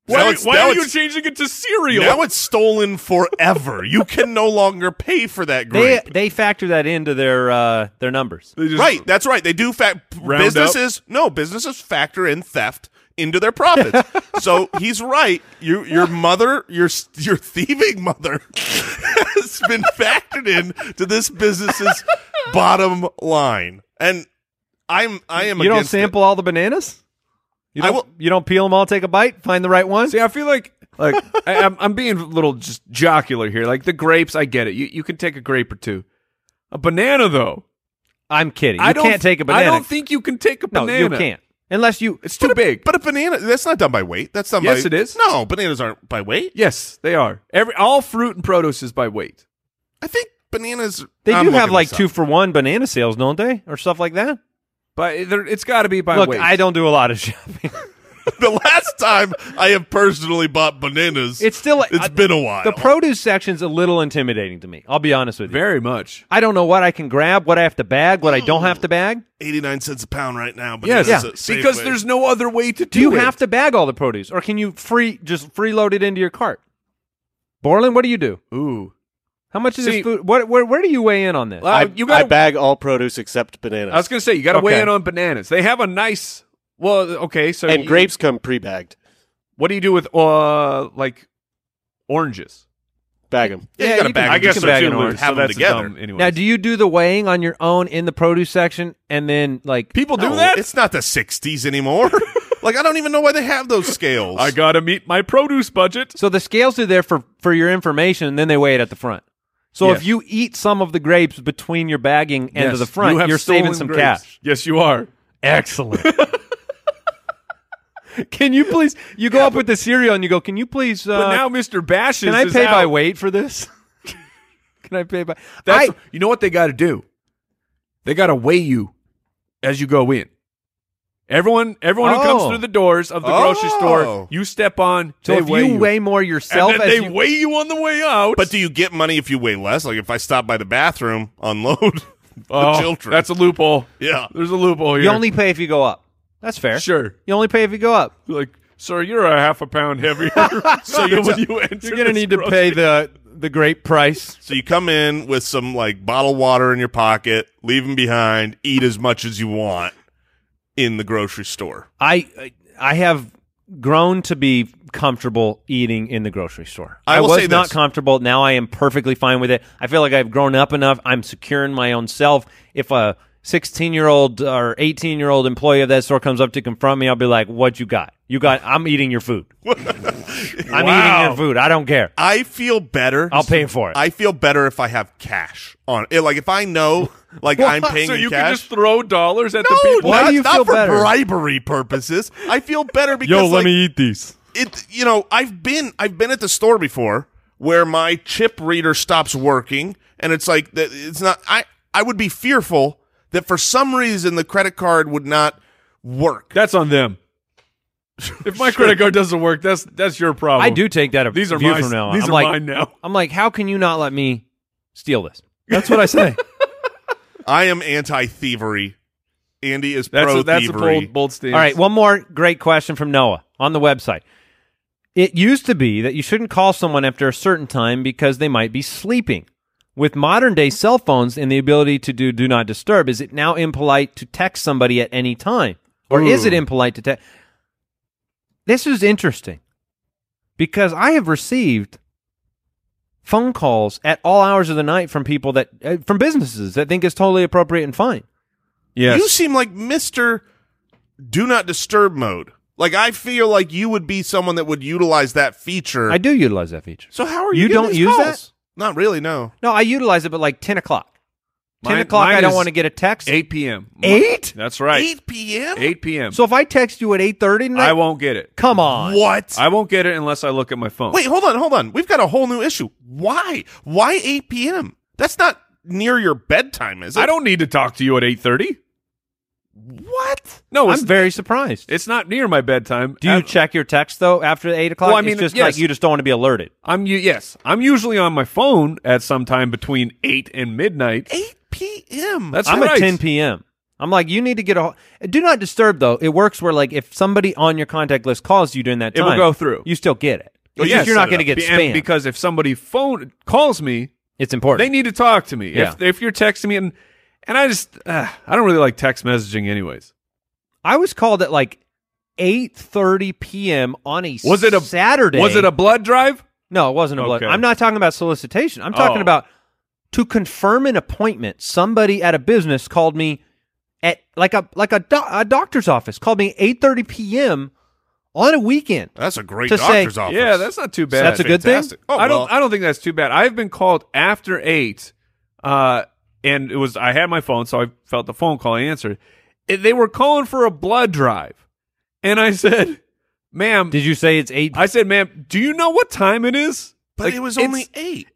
Now Why, it's- why now are you it's- changing it to cereal? Now it's stolen forever. you can no longer pay for that grape. they they factor that into their uh, their numbers. They just- right, that's right. They do fact Round up. businesses. No, businesses factor in theft into their profits. so he's right. You, your mother, your s- your thieving mother, has been factored in to this business's bottom line. And I'm I am You don't against it. sample all the bananas. You I don't. will- you don't peel them all. Take a bite. Find the right one. See, I feel like like I, I'm, I'm being a little just jocular here. Like the grapes, I get it. You you can take a grape or two. A banana though, I'm kidding. You I don't, can't take a banana. I don't think you can take a no, banana. you can't unless you. It's too big. But a banana that's not done by weight. That's done by Yes, it is. No, bananas aren't by weight. yes, they are. Every all fruit and produce is by weight. I think bananas They I'm do have looking like this two up. for one banana sales, don't they, or stuff like that? But there- it's got to be by Look, weight. I don't do a lot of shopping. the last time I have personally bought bananas. It's still. it's I- been a while. The produce section's a little intimidating to me. I'll be honest with you. very much. I don't know what I can grab, what I have to bag, what I don't have to bag. 89 cents a pound right now, but Yes, it's a safe because way. there's no other way to do, Do you it. have to bag all the produce, or can you free just freeload it into your cart? Borland, what do you do? Ooh, How much is See- this food? What, where, where do you weigh in on this? Well, I, you got I bag all produce except bananas. I was gonna say you got to weigh Okay. in on bananas. They have a nice. Well, okay, so and you- grapes come pre-bagged. What do you do with uh like oranges? Bag them. yeah, Yeah, you got you a bag. can- I of guess these so are too, two, Lou. Lou. Have them together. anyway. now, do you do the weighing on your own in the produce section, and then like people do No, that? It's not the 60s anymore. like I don't even know why they have those scales. I gotta meet my produce budget. so the scales are there for for your information, and then they weigh it at the front. So if Yes. you eat some of the grapes between your bagging and to the front, have are saving stolen some grapes. cash. Yes, you are. Excellent. can you please? You go up with the cereal and you go. Can you please? Uh, But now Mr. Bashes can I is pay by out. weight for this? can I pay by? That's I, you know what they gotta do? They gotta weigh you as you go in. Everyone everyone who comes Oh. through the doors of the grocery Oh. store, you step on, so they if weigh you weigh more yourself, and then as they you- weigh you on the way out. but do you get money if you weigh less? Like if I stop by the bathroom, unload the Oh, children. That's a loophole. yeah. There's a loophole here. you only pay if you go up. That's fair. sure. You only pay if you go up. Like, sir, you're a half a pound heavier. so you're when t- you enter You're gonna this need to grocery- pay the the great price. So you come in with some like bottled water in your pocket, leave them behind, eat as much as you want in the grocery store. I I have grown to be comfortable eating in the grocery store. I will was say not this. comfortable. Now I am perfectly fine with it. I feel like I've grown up enough. I'm secure in my own self. If a 16 year old or 18 year old employee of that store comes up to confront me, I'll be like, "What you got? You got. I'm eating your food. I'm Wow. eating your food. I don't care. I feel better. I'll pay for it. I feel better if I have cash on it. Like if I know, like I'm paying so in you cash. can just throw dollars at the no, people. Why not, do you not feel for better? bribery purposes. I feel better because like, eat these. it you know i've been i've been at the store before where my chip reader stops working and it's like that it's not i i would be fearful that for some reason the credit card would not work That's on them. If my credit card doesn't work, that's that's your problem. I do take that These are view my- from now on. these I'm are like, mine now. I'm like, how can you not let me steal this? That's what I say. i am anti-thievery andy is That's pro a, that's a thievery bold bold stance. All right, one more great question from Noah on the website. It used to be that you shouldn't call someone after a certain time because they might be sleeping. With modern day cell phones and the ability to do do not disturb, is it now impolite to text somebody at any time? Or is it impolite to text? This is interesting because I have received phone calls at all hours of the night from people that, uh, from businesses that think it's totally appropriate and fine. Yes. you seem like mr do not disturb mode like i feel like you would be someone that would utilize that feature I do utilize that feature. so how are you You getting don't these use that? calls? not really no No, I utilize it, but like ten o'clock. Ten Mine- o'clock, mine I don't is want to get a text. 8 p.m. Eight? That's right. 8 p.m 8 p.m. So if I text you at eight thirty tonight, I won't get it. come on. what I won't get it unless I look at my phone. Wait, hold on, hold on. We've got a whole new issue. Why? Why 8 p.m.? That's not near your bedtime, is it? I don't need to talk to you at 8:30. What? No, it's I'm very surprised. it's not near my bedtime. Do you I'm- check your text though after eight o'clock? Well, I mean, it's just yes. like you just don't want to be alerted. I'm u- yes. I'm usually on my phone at some time between 8 and midnight. 8 p.m. That's I'm right. at ten p.m. I'm like, you need to get a. Do not disturb though. It works where like if somebody on your contact list calls you during that It time, will go through. You still get it. It's Well, Oh, yes, just you're set not it going to up. get Be- and spam because if somebody phone calls me, it's important. they need to talk to me. Yeah. If if you're texting me and and I just uh, I don't really like text messaging anyways. I was called at like eight thirty p.m. on a Was it a Saturday? Was it a blood drive? No, it wasn't a blood. Okay. I'm not talking about solicitation. I'm talking Oh. about to confirm an appointment. Somebody at a business called me at like a like a, do- a doctor's office called me 8:30 p.m. on a weekend. That's a great To say- doctor's office. Yeah, that's not too bad. that's a good thing? fantastic. Oh, I don't. well, I don't think that's too bad. I've been called after eight, uh, and it was I had my phone, so I felt the phone call. I answered. It, they were calling for a blood drive, and I said, "Ma'am," Did you say it's eight? I said, "Ma'am, do you know what time it is?" but Like, it was it's- only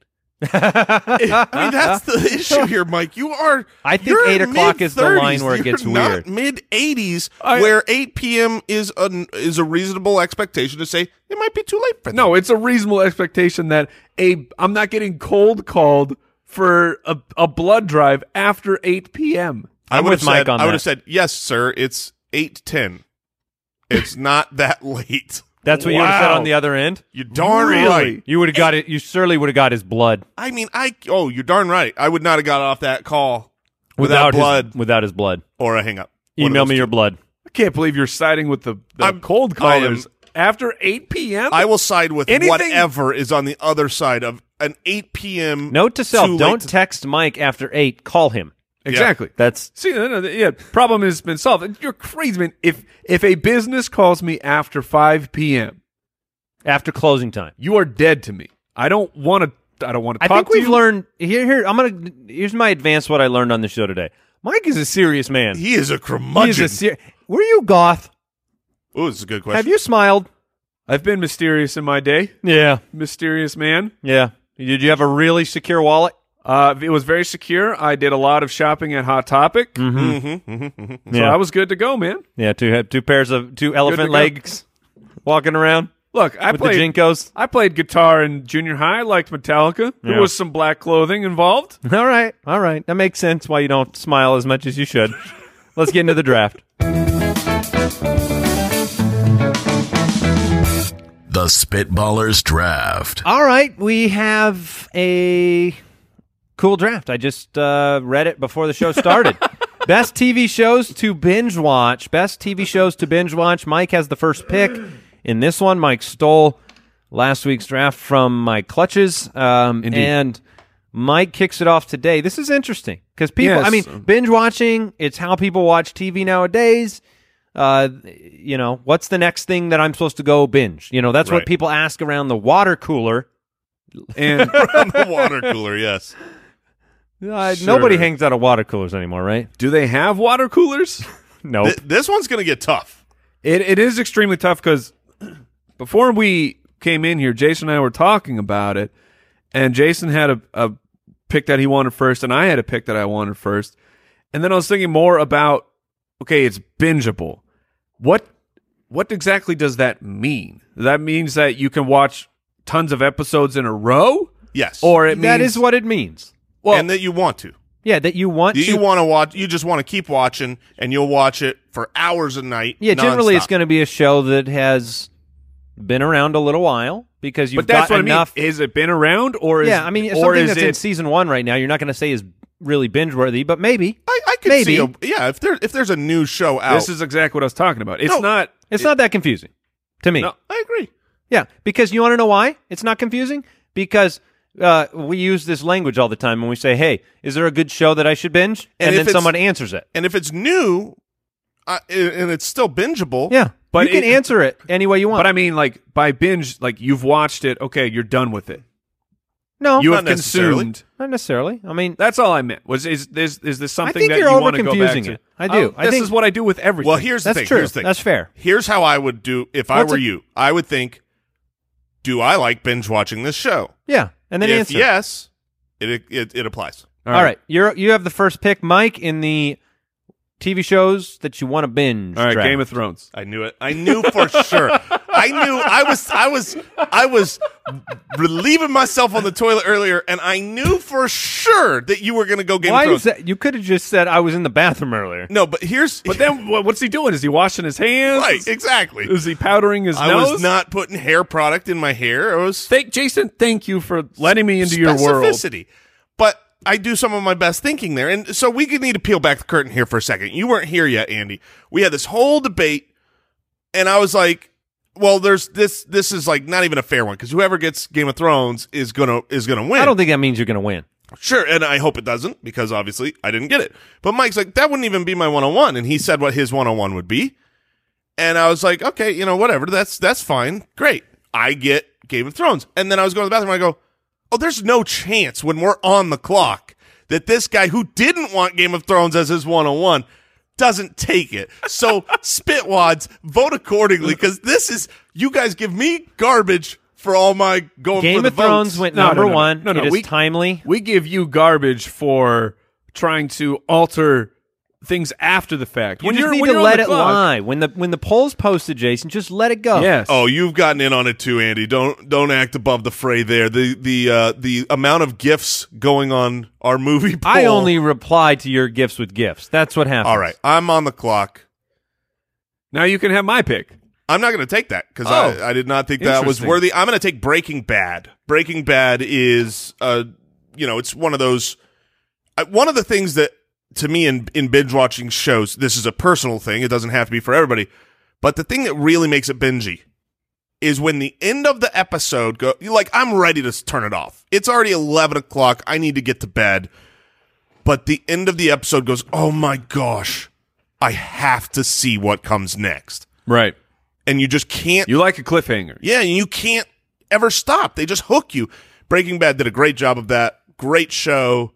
8. I mean, that's the issue here, Mike. You are. I think you're 8 o'clock is the mid-thirties. line where it You're gets not weird. Mid 80s, I- where 8 p.m. is a is a reasonable expectation to say it might be too late for them. No, it's a reasonable expectation that a I'm not getting cold called for a, a blood drive after eight p.m. I I'm would with have Mike said, on I would that. have said yes, sir. It's 8:10. It's not that late. That's what you would have said Wow. on the other end. You darn Really? right. You would have got it. You surely would have got his blood I mean, I oh, you're darn right. I would not have got off that call without, without, his- blood without his blood. or a hang up. One of Email those me two. your blood. I can't believe you're siding with the, the I'm- cold I am- callers after eight p.m. I will side with Anything- whatever is on the other side of an 8 p.m. Note to too self: late don't to- text Mike after eight. Call him. exactly. That's See, no, no, yeah, problem has been solved. And You're crazy, man. If if a business calls me after five p.m., after closing time. you are dead to me. I don't want to. I don't want to I talk think to we've you. learned here. Here, I'm gonna. Here's my advance. What I learned on the show today. Mike is a serious man. He is a He is curmudgeon. a ser- Were you goth? oh, this is a good question. Have you smiled? I've been mysterious in my day, Yeah, mysterious man. yeah. Did you have a really secure wallet? Uh, it was very secure. I did a lot of shopping at Hot Topic, so Mm-hmm. Yeah, I was good to go, man. yeah. Two had two pairs of two elephant go. legs, walking around Look, I with played. the jinkos. I played guitar in junior high. I liked Metallica. There Yeah. was some black clothing involved. All right, all right. That makes sense. Why you don't smile as much as you should. Let's get into the draft. The Spitballers Draft. All right, we have a cool draft. I just uh, read it before the show started. Best TV shows to binge watch. Best TV shows to binge watch. Mike has the first pick in this one. Mike stole last week's draft from my clutches, um, and Mike kicks it off today. This is interesting because people. I Yes. mean, binge watching. It's how people watch TV nowadays. uh, you know, what's the next thing that I'm supposed to go binge? You know, that's Right. what people ask around the water cooler. And From the water cooler, yes. Uh, Nobody Sure. hangs out at water coolers anymore, right? do they have water coolers? No. Th- this one's going to get tough. It it is extremely tough because before we came in here, Jason and I were talking about it, and Jason had a, a pick that he wanted first, and I had a pick that I wanted first, and then I was thinking more about okay, it's bingeable. What what exactly does that mean? That means that you can watch tons of episodes in a row, Yes. or it that means is what it means. well- and that you want to. Yeah, that you want You, to. want to watch. You just want to keep watching, and you'll watch it for hours a night. yeah, generally it's nonstop. going to be a show that has been around a little while because you've But that's got what enough. I mean. Is it been around, or is, yeah, I mean, or something is that's in it season one right now, you're not going to say is really binge worthy, but maybe I, I could Maybe. see. A, yeah, if there if there's a new show out, this is exactly what I was talking about. It's No. not. it's not that confusing to me. No. I agree. Yeah, because you want to know why it's not confusing? Because uh, we use this language all the time when we say, "Hey, is there a good show that I should binge?" And And, if then it's- someone answers it. And if it's new, uh, and it's still bingeable. Yeah, But you can it- answer it any way you want. But I mean, like by binge, like you've watched it. Okay, you're done with it. no, You Not have necessarily. consumed. not necessarily. I mean, That's all I meant. Was is this is this something think that you're you want to go back overconfusing to? it. I do. Oh, I this think- is what I do with everything. Well, here's the That's thing. true. Here's the thing. That's fair. Here's how I would do if I What's were a- you. I would think, do I like binge watching this show? yeah, and then if answer. yes, it, it it applies. All right. you're you have the first pick, Mike, in the TV shows that you want to binge. all right. draft. Game of Thrones. I knew it. I knew for sure. I knew. I was. I was. I was relieving myself on the toilet earlier, and I knew for sure that you were going to go Game Why of Thrones. is that? You could have just said I was in the bathroom earlier. No, but here's. But then, wha- what's he doing? Is he washing his hands? right, exactly. Is he powdering his I nose? was not putting hair product in my hair. I was Thank Jason. Thank you for letting me into your world. specificity. But I do some of my best thinking there. And so we could need to peel back the curtain here for a second. You weren't here yet, Andy. We had this whole debate, and I was like, well, there's this this is like not even a fair one because whoever gets Game of Thrones is gonna is gonna win. I don't think that means you're going to win. Sure, and I hope it doesn't because obviously I didn't get it. But Mike's like, that wouldn't even be my 101 and he said what his 101 would be. And I was like, okay, you know, whatever. That's that's fine. Great. I get Game of Thrones. And then I was going to the bathroom and I go, "Oh, there's no chance when we're on the clock that this guy who didn't want Game of Thrones as his 101 doesn't take it." So, spitwads, vote accordingly cuz this is you guys give me garbage for all my going for Game the of Thrones votes. went No, no, number no, no. one. No, no, It is we- timely. We give you garbage for trying to alter things after the fact. You when just you're need when to you're on let the it clock- lie. When the when the polls posted, Jason, just let it go. Yes. Oh, you've gotten in on it too, Andy. Don't don't act above the fray there. The the uh, the amount of gifts going on our movie. Poll. I only replied to your gifts with gifts. That's what happened. All right, I'm on the clock. Now you can have my pick. I'm not going to take that because Oh. I, I did not think that was Interesting. worthy. I'm going to take Breaking Bad. Breaking Bad is uh you know it's one of those I, one of the things that to me in in binge watching shows this is a personal thing. It doesn't have to be for everybody, but the thing that really makes it bingey is when the end of the episode go you're like I'm ready to s- turn it off. It's already eleven o'clock. I need to get to bed. But the end of the episode goes, oh my gosh, I have to see what comes next. Right. And you just can't. You like a cliffhanger. yeah, and you can't ever stop. They just hook you. Breaking Bad did a great job of that. Great show.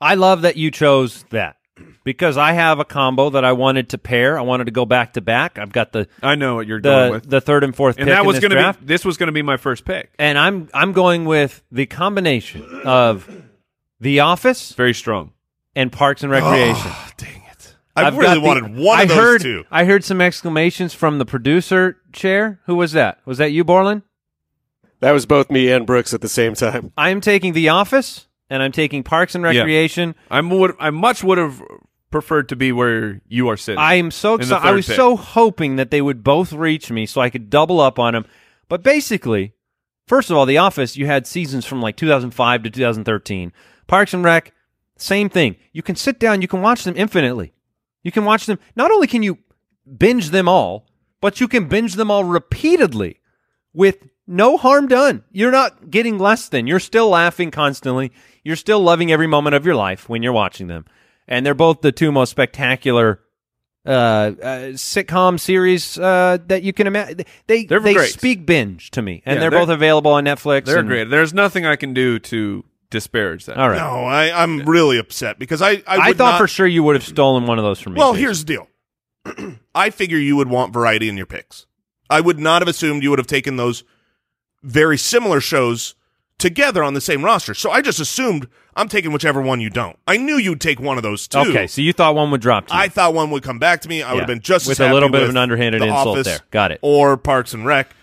I love that you chose that because I have a combo that I wanted to pair. I wanted to go back to back. I've got the I know what you're going the with. the third and fourth and pick that in was this gonna draft. be this was gonna be my first pick. and I'm I'm going with the combination of The Office Very strong. and Parks and Recreation. dang it. I Ah, I've got really the- wanted one I of those heard, two. I heard some exclamations from the producer chair. Who was that? Was that you, Borland? That was both me and Brooks at the same time. I am taking The Office and I'm taking Parks and Recreation. I would I much would have preferred to be where you are sitting. I am so In the excited. I third was pick. so hoping that they would both reach me so I could double up on them. But basically, first of all, The Office, you had seasons from like 2005 to 2013. Parks and Rec, same thing. You can sit down, you can watch them infinitely. You can watch them. Not only can you binge them all, but you can binge them all repeatedly with no harm done. You're not getting less than. You're still laughing constantly. You're still loving every moment of your life when you're watching them. And they're both the two most spectacular uh, uh, sitcom series uh, that you can imagine. They They're they great. speak binge to me, and Yeah, they're, they're- both available on Netflix. They're and- great. There's nothing I can do to disparage that. All right, No, I, I'm really upset because I I, I, would thought not- for sure you would have stolen one of those from me. Well, Jason. here's the deal. I figure you would want variety in your picks. I would not have assumed you would have taken those very similar shows together on the same roster. So I just assumed I'm taking whichever one you don't. I knew you'd take one of those two. okay. So you thought one would drop to you. I thought one would come back to me. I would have been just With as a little happy bit of with an underhanded The insult Office there. Got it. Or Parks and Rec,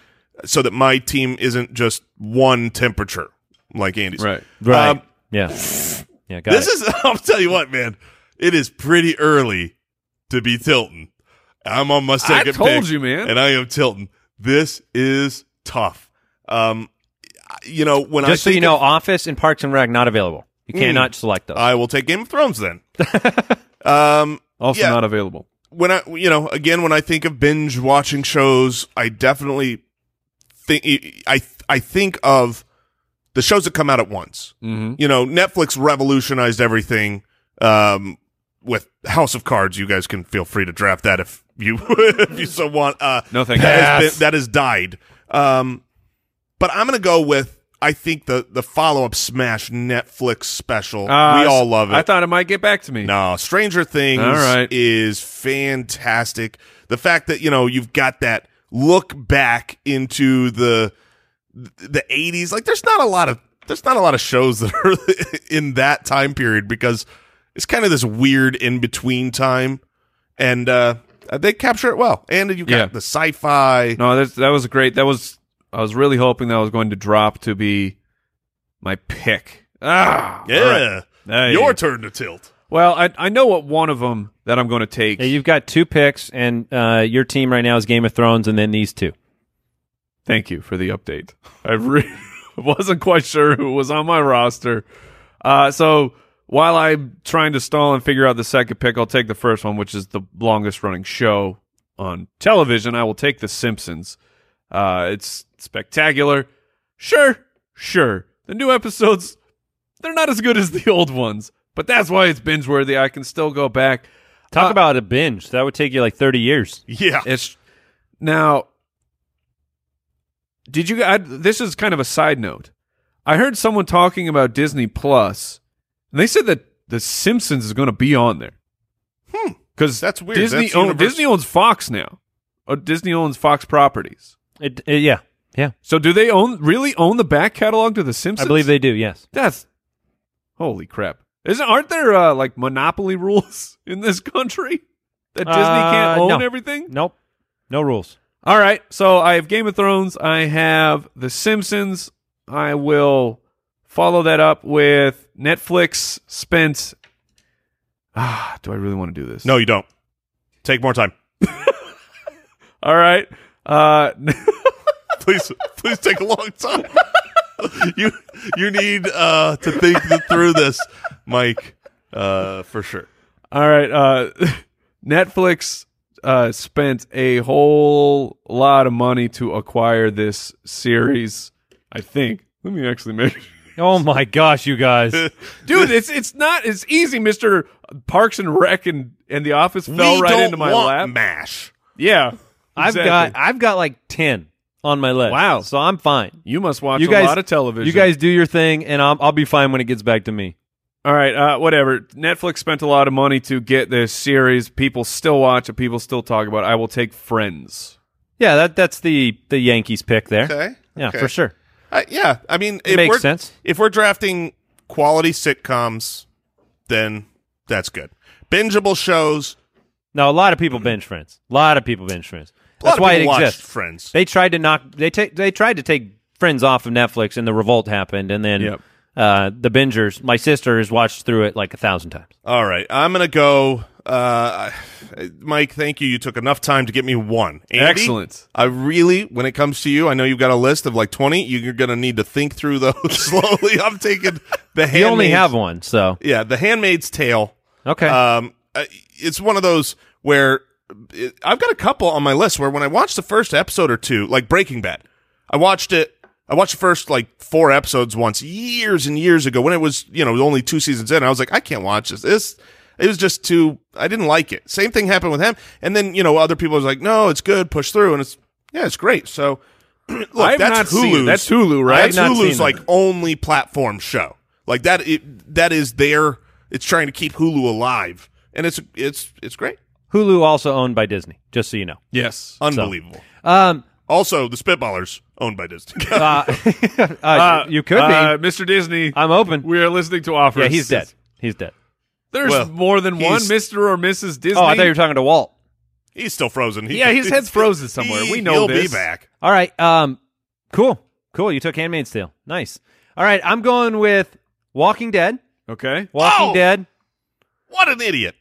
so that my team isn't just one temperature like Andy's. Right. right. Um, yeah. Yeah. Got this it. is. I'll tell you what, man. It is pretty early to be tilting. I'm on my second. told pick, you, man. and I am tilting. This is tough. Um, you know when I Just so you think know, Office and Parks and Rec not available. You cannot select those. of- I will take Game of Thrones then. Also Yeah. not available. when I, you know, again, when I think of binge watching shows, I definitely think I I think of the shows that come out at once. Mm-hmm. You know, Netflix revolutionized everything um, with House of Cards. You guys can feel free to draft that if you if you so want. Uh, No, thank that you. Has been, that has died. Um, but I'm gonna go with I think the the follow up smash Netflix special. Uh, we all love it. I thought it might get back to me. No, Stranger Things All right. is fantastic. The fact that you know you've got that look back into the the eighties, like there's not a lot of there's not a lot of shows that are in that time period because it's kind of this weird in between time, and uh, they capture it well. And you got Yeah. the sci-fi. No, that's, that was great. That was I was really hoping that was going to drop to be my pick. Ah, all yeah, right. Hey. your turn to tilt. Well, I I know what one of them that I'm going to take. Yeah, you've got two picks, and uh, your team right now is Game of Thrones, and then these two. Thank you for the update. I re- wasn't quite sure who was on my roster. Uh, so while I'm trying to stall and figure out the second pick, I'll take the first one, which is the longest running show on television. I will take The Simpsons. Uh, it's spectacular. Sure, sure. The new episodes, they're not as good as the old ones, but that's why it's binge worthy. I can still go back. Talk Uh, about a binge. That would take you like 30 years. Yeah, It's now. Did you? I, this is kind of a side note. I heard someone talking about Disney Plus, and they said that The Simpsons is going to be on there. Hmm. Because That's weird. Disney That's own, universal. Disney owns Fox now. Or Disney owns Fox properties. It, it- yeah. Yeah. So do they own really own the back catalog to The Simpsons? I believe they do, yes. That's holy crap! Isn't aren't there uh, like monopoly rules in this country that Disney can't Uh, own no. everything? Nope. No rules. All right. So I have Game of Thrones. I have The Simpsons. I will follow that up with Netflix spent. Ah, do I really want to do this? no, you don't. Take more time, All right. Uh, please. please take a long time. you you need uh, to think th- through this, Mike, uh, for sure. all right. Uh, Netflix uh, spent a whole lot of money to acquire this series. I think. Let me actually make. Oh my gosh, you guys. Dude, it's it's not as easy, Mister Parks and Rec and, and The Office fell we right don't into my want lap. mash. Yeah. I've got exactly. I've got like 10 on my list. Wow. So I'm fine. You must watch You a guys- lot of television. You guys do your thing and I'll, I'll be fine when it gets back to me. all right? Uh, whatever. Netflix spent a lot of money to get this series. People still watch it. People still talk about. it. I will take Friends. Yeah, that that's the the Yankees pick there. Okay, Yeah, okay. for sure. Uh, yeah, I mean, if makes we're, sense. If we're drafting quality sitcoms, then that's good. Bingeable shows. No, a lot of people binge friends. A lot of people binge friends. A lot That's of why people it watched exists. Friends. They tried to knock. They take. They tried to take Friends off of Netflix, and the revolt happened. And then Yep. uh, the bingers. My sister has watched through it like a thousand times. All right, I'm gonna go. Uh, I- Mike, thank you. You took enough time to get me one. Andy, Excellent. I really, when it comes to you, I know you've got a list of like 20. You're gonna need to think through those slowly. I'm taking the. You only Handmaid's- have one, so Yeah, The Handmaid's Tale. okay. Um, I- it's one of those where it, I've got a couple on my list where when I watched the first episode or two, like Breaking Bad, I watched it. I watched the first like four episodes once years and years ago when it was you know only two seasons in. I was like, I can't watch this. This It was just too. I didn't like it. Same thing happened with him. And then you know other people was like, no, it's good. Push through, and it's yeah, it's great. So look, I've that's not Hulu's. seen it. That's Hulu, right? That's I've not seen Hulu's that. like only platform show. Like that. It, that is their. It's trying to keep Hulu alive, and it's it's it's great. Hulu also owned by Disney. Just so you know. Yes. Uh, Unbelievable. Um, Also, the Spitballers owned by Disney. uh, uh, you could Uh, be. Mr. Disney, I'm open. we are listening to offers. yeah, he's dead. He's dead. There's Well, more than one he's- Mr. or Mrs. Disney. Oh, I thought you were talking to Walt. He's still frozen. He- Yeah, his head's frozen somewhere. He, We know he'll this. be back. All right. Um, cool. Cool. You took Handmaid's Tale. Nice. All right. I'm going with Walking Dead. okay. Walking Oh! Dead. What an idiot!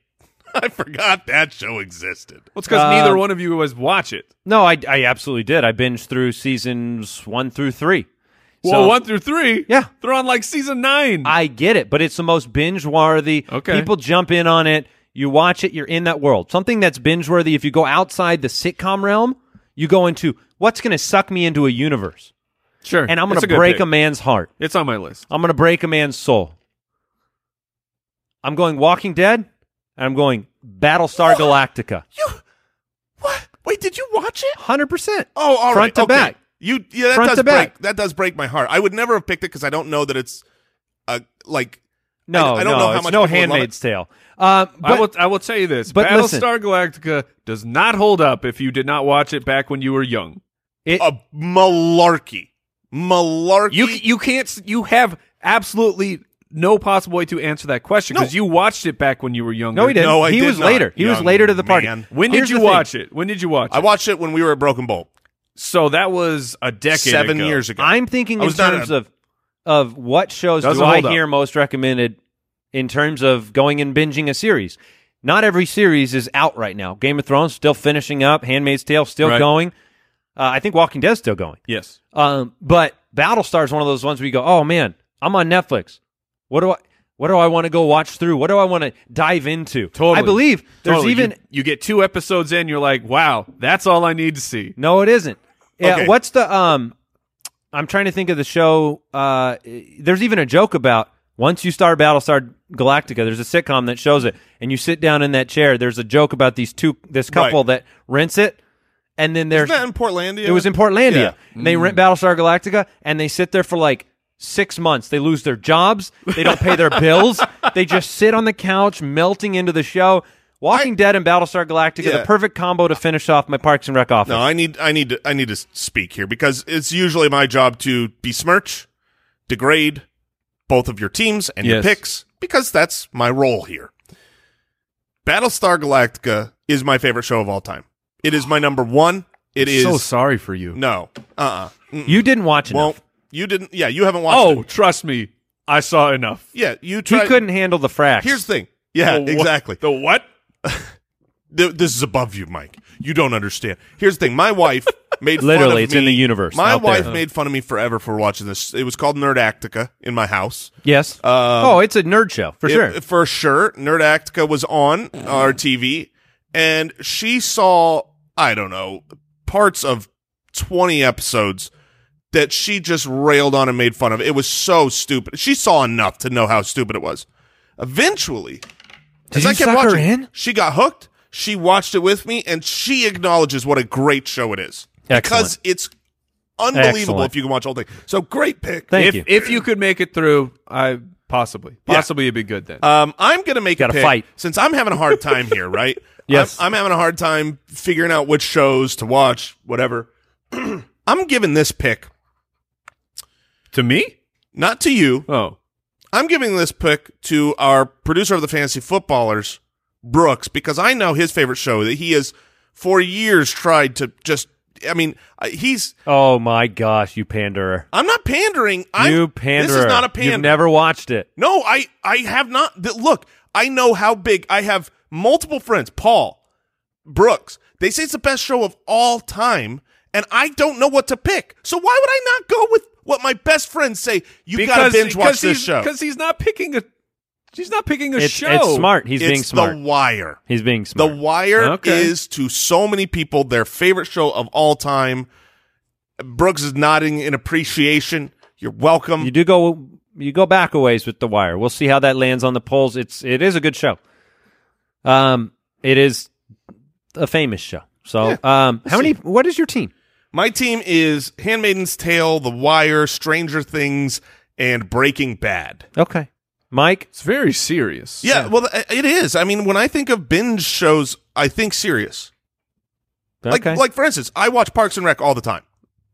I forgot that show existed. Well, it's because Uh, neither one of you was watch it. No, I, I absolutely did. I binged through seasons one through three. Well, So- one through three. Yeah. They're on like season nine. I get it, but it's the most binge worthy. Okay. People jump in on it. You watch it. You're in that world. Something that's binge worthy. If you go outside the sitcom realm, you go into what's going to suck me into a universe, sure. and I'm going That's to a good break pick. a man's heart. It's on my list. I'm going to break a man's soul. I'm going Walking Dead, and I'm going Battlestar Galactica. What? Wait, did you watch it? Hundred percent. Oh, all right. Front to okay. back. You yeah, that Front does to break. back. That does break my heart. I would never have picked it because I don't know that it's uh like No, I- I don't no, know how it's much no people would love Handmaid's Tale. Um, I but will. I will tell you this: but listen. Battlestar Galactica does not hold up if you did not watch it back when you were young. a malarkey. Malarkey. You you can't. s- You have absolutely no possible way to answer that question because you watched it back when you were younger. no, he didn't. No, I he did was not, later. He was young later to the party. man. When Here's did you the thing. watch it? When did you watch I it? watched it when we were at Broken Bolt so that was a decade, seven ago. years ago. I'm thinking I in was not terms a- of of what shows do Doesn't I hold up. hear most recommended in terms of going and binging a series. Not every series is out right now. Game of Thrones still finishing up. Handmaid's Tale still Right. going. Uh, I think Walking Dead's still going. Yes. Um, but Battlestar is one of those ones where you go, oh man, I'm on Netflix. What do I? What do I want to go watch through? What do I want to dive into? Totally. I believe there's Totally. You- even you, get two episodes in, you're like, wow, that's all I need to see. no, it isn't. Yeah, Okay. what's the um? I'm trying to think of the show. Uh, there's even a joke about once you start Battlestar Galactica. There's a sitcom that shows it, and you sit down in that chair. There's a joke about these two, this couple that rents it, and then there's Isn't that in Portlandia? It was in Portlandia. Yeah. Mm. And They rent Battlestar Galactica and they sit there for like six months. They lose their jobs. They don't pay their bills. They just sit on the couch, melting into the show. Walking Dead and Battlestar Galactica, Yeah. the perfect combo to finish off my Parks and Rec office. No, I need I need to I need to speak here because it's usually my job to besmirch, degrade both of your teams and your Yes. picks because that's my role here. Battlestar Galactica is my favorite show of all time. It is my number one. It is so sorry for you. no, uh, uh you didn't watch it. won't. You didn't. Yeah, you haven't watched. Oh, it. trust me, I saw enough. yeah, you tried. He couldn't handle the frax. Here's the thing. Yeah, The wha- exactly. The Oh, what? Th- this is above you, Mike. You don't understand. Here's the thing. My wife made fun of Literally, it's in me- the universe, My out wife there. Uh-huh. made fun of me forever for watching this. It was called Nerdactica in my house. yes. oh, it's a nerd show for Um, It- sure. for sure. Nerdactica was on our TV, and she saw I don't know parts of twenty episodes that she just railed on and made fun of. It was so stupid. She saw enough to know how stupid it was. Eventually, Did as you I kept suck her watching, in? she got hooked. She watched it with me, and she acknowledges what a great show it is because Excellent. it's unbelievable Excellent. if you can watch the whole thing. So great pick. Thank if you. if you could make it through, I possibly possibly it'd be good then. Um, I'm gonna make Gotta a pick, fight. since I'm having a hard time here, right? Yes. I'm, I'm having a hard time figuring out which shows to watch, whatever. I'm giving this pick to me? not to you. Oh, I'm giving this pick to our producer of the fantasy footballers, Brooks, because I know his favorite show that he has for years tried to just. I mean, uh, he's. oh my gosh, you panderer. I'm not pandering. I'm, you panderer. This is not a You've pander. never watched it. No, I I have not. Th- look, I know how big. I have multiple friends. Paul, Brooks. They say it's the best show of all time, and I don't know what to pick. So why would I not go with what my best friends say? You gotta binge watch this show. because he's not picking a he's not picking a It's, show. it's smart. He's it's being smart. The Wire. He's being The smart. Wire Okay. is to so many people their favorite show of all time. Brooks is nodding in appreciation. You're welcome. you do go you go back a ways with the wire. We'll see how that lands on the polls. It's it is a good show. Um, it is a famous show. So, um, how many? What is your team? My team is Handmaiden's Tale, The Wire, Stranger Things, and Breaking Bad. Okay, Mike. It's very serious. Yeah, well, i- it is. I mean, when I think of binge shows, I think serious. Like, Okay. like for instance, I watch Parks and Rec all the time.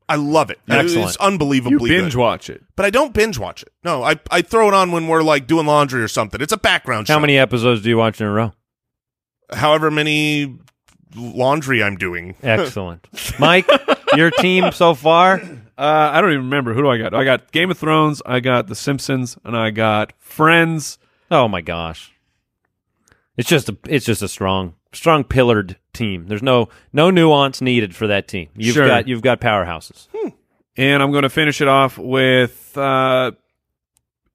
I love it. It's Excellent. unbelievably you binge good. watch it. but I don't binge watch it. No, I I throw it on when we're like doing laundry or something. It's a background show. how many episodes do you watch in a row? However many laundry I'm doing. Excellent, Mike. Your team so far. Uh, I don't even remember who do I got. I got Game of Thrones, I got The Simpsons, and I got Friends. Oh my gosh. It's just a it's just a strong strong pillared team. There's no no nuance needed for that team. You've Sure. got you've got powerhouses. and I'm going to finish it off with uh,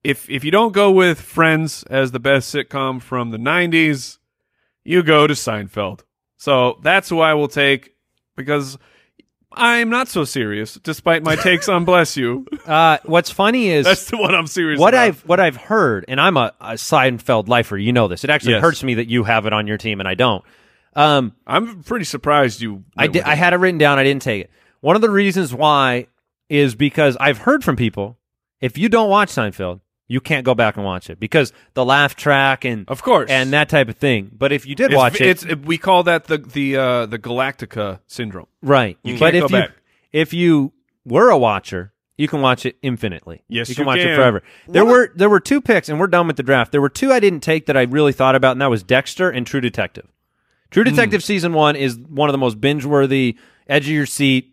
if if you don't go with Friends as the best sitcom from the '90s, you go to Seinfeld. So that's who I will take because I'm not so serious, despite my takes on Bless You. Uh, what's funny is That's the one I'm serious. what about. I've what I've heard, and I'm a, a Seinfeld lifer. You know this. It actually Yes. hurts me that you have it on your team and I don't. Um, I'm pretty surprised you. I went did. with I it. had it written down. I didn't take it. One of the reasons why is because I've heard from people. If you don't watch Seinfeld, you can't go back and watch it because the laugh track and Of course. and that type of thing. But if you did It's- watch it, It's, we call that the the uh, the Galactica syndrome. Right. but can't if go you back. if you were a watcher, you can watch it infinitely. Yes, you can you watch it can. forever. There were there were two picks, and we're done with the draft. There were two I didn't take that I really thought about, and that was Dexter and True Detective. True Hmm. Detective season one is one of the most binge worthy, edge of your seat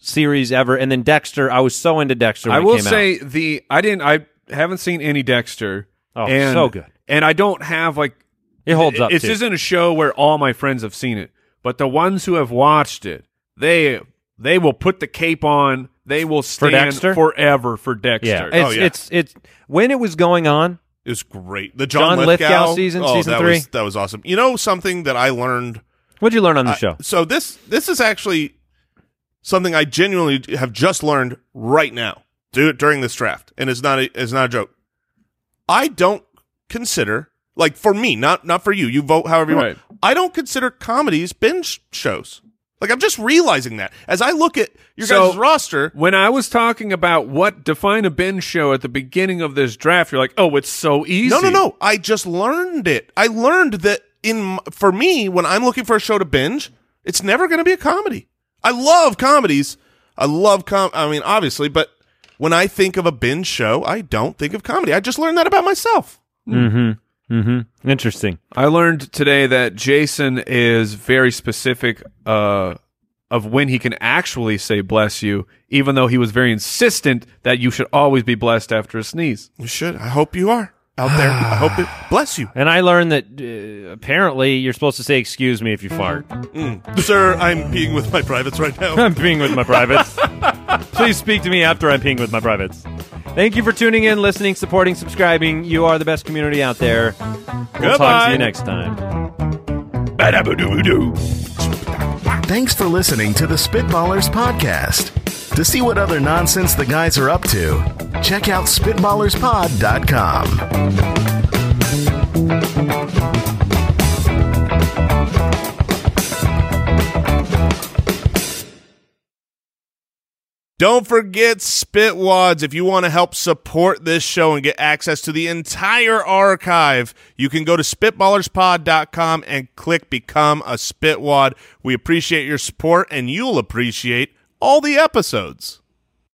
series ever. And then Dexter, I was so into Dexter. When I it will came out. say the I didn't I haven't seen any Dexter. Oh, and, so good. And I don't have like it holds up. It too. isn't a show where all my friends have seen it, but the ones who have watched it, they they will put the cape on. They will stand Dexter? forever for Dexter. yeah. It's, Oh, yeah. it's it's when it was going on. It was great. The John, John Lithgow, Lithgow season, oh, season that three. Was, that was awesome. You know something that I learned What'd you learn on the show? So this this is actually something I genuinely have just learned right now do, during this draft, and it's not a, it's not a joke. I don't consider like for me, not not for you. You vote however you Right. want. I don't consider comedies binge shows. Like I'm just realizing that as I look at your So- guys' roster. When I was talking about what define a binge show at the beginning of this draft, you're like, "Oh, it's so easy." No, no, no. I just learned it. I learned that in for me when I'm looking for a show to binge, it's never going to be a comedy. I love comedies. I love com. I mean, obviously, but when I think of a binge show, I don't think of comedy. I just learned that about myself. Mm-hmm. Mm-hmm. Interesting. I learned today that Jason is very specific uh, of when he can actually say "bless you," even though he was very insistent that you should always be blessed after a sneeze. You should. I hope you are out there. I hope it bless you, And I learned that uh, apparently you're supposed to say "excuse me" if you fart. sir. I'm peeing with my privates right now. I'm peeing with my privates. Please speak to me after I'm peeing with my privates. Thank you for tuning in, listening, supporting, subscribing. You are the best community out there. We'll talk to Goodbye. you next time. Thanks for listening to the Spitballers Podcast. To see what other nonsense the guys are up to, check out SpitballersPod.com. Don't forget Spitwads. If you want to help support this show and get access to the entire archive, you can go to spitballerspod.com and click Become a Spitwad. We appreciate your support, and you'll appreciate all the episodes.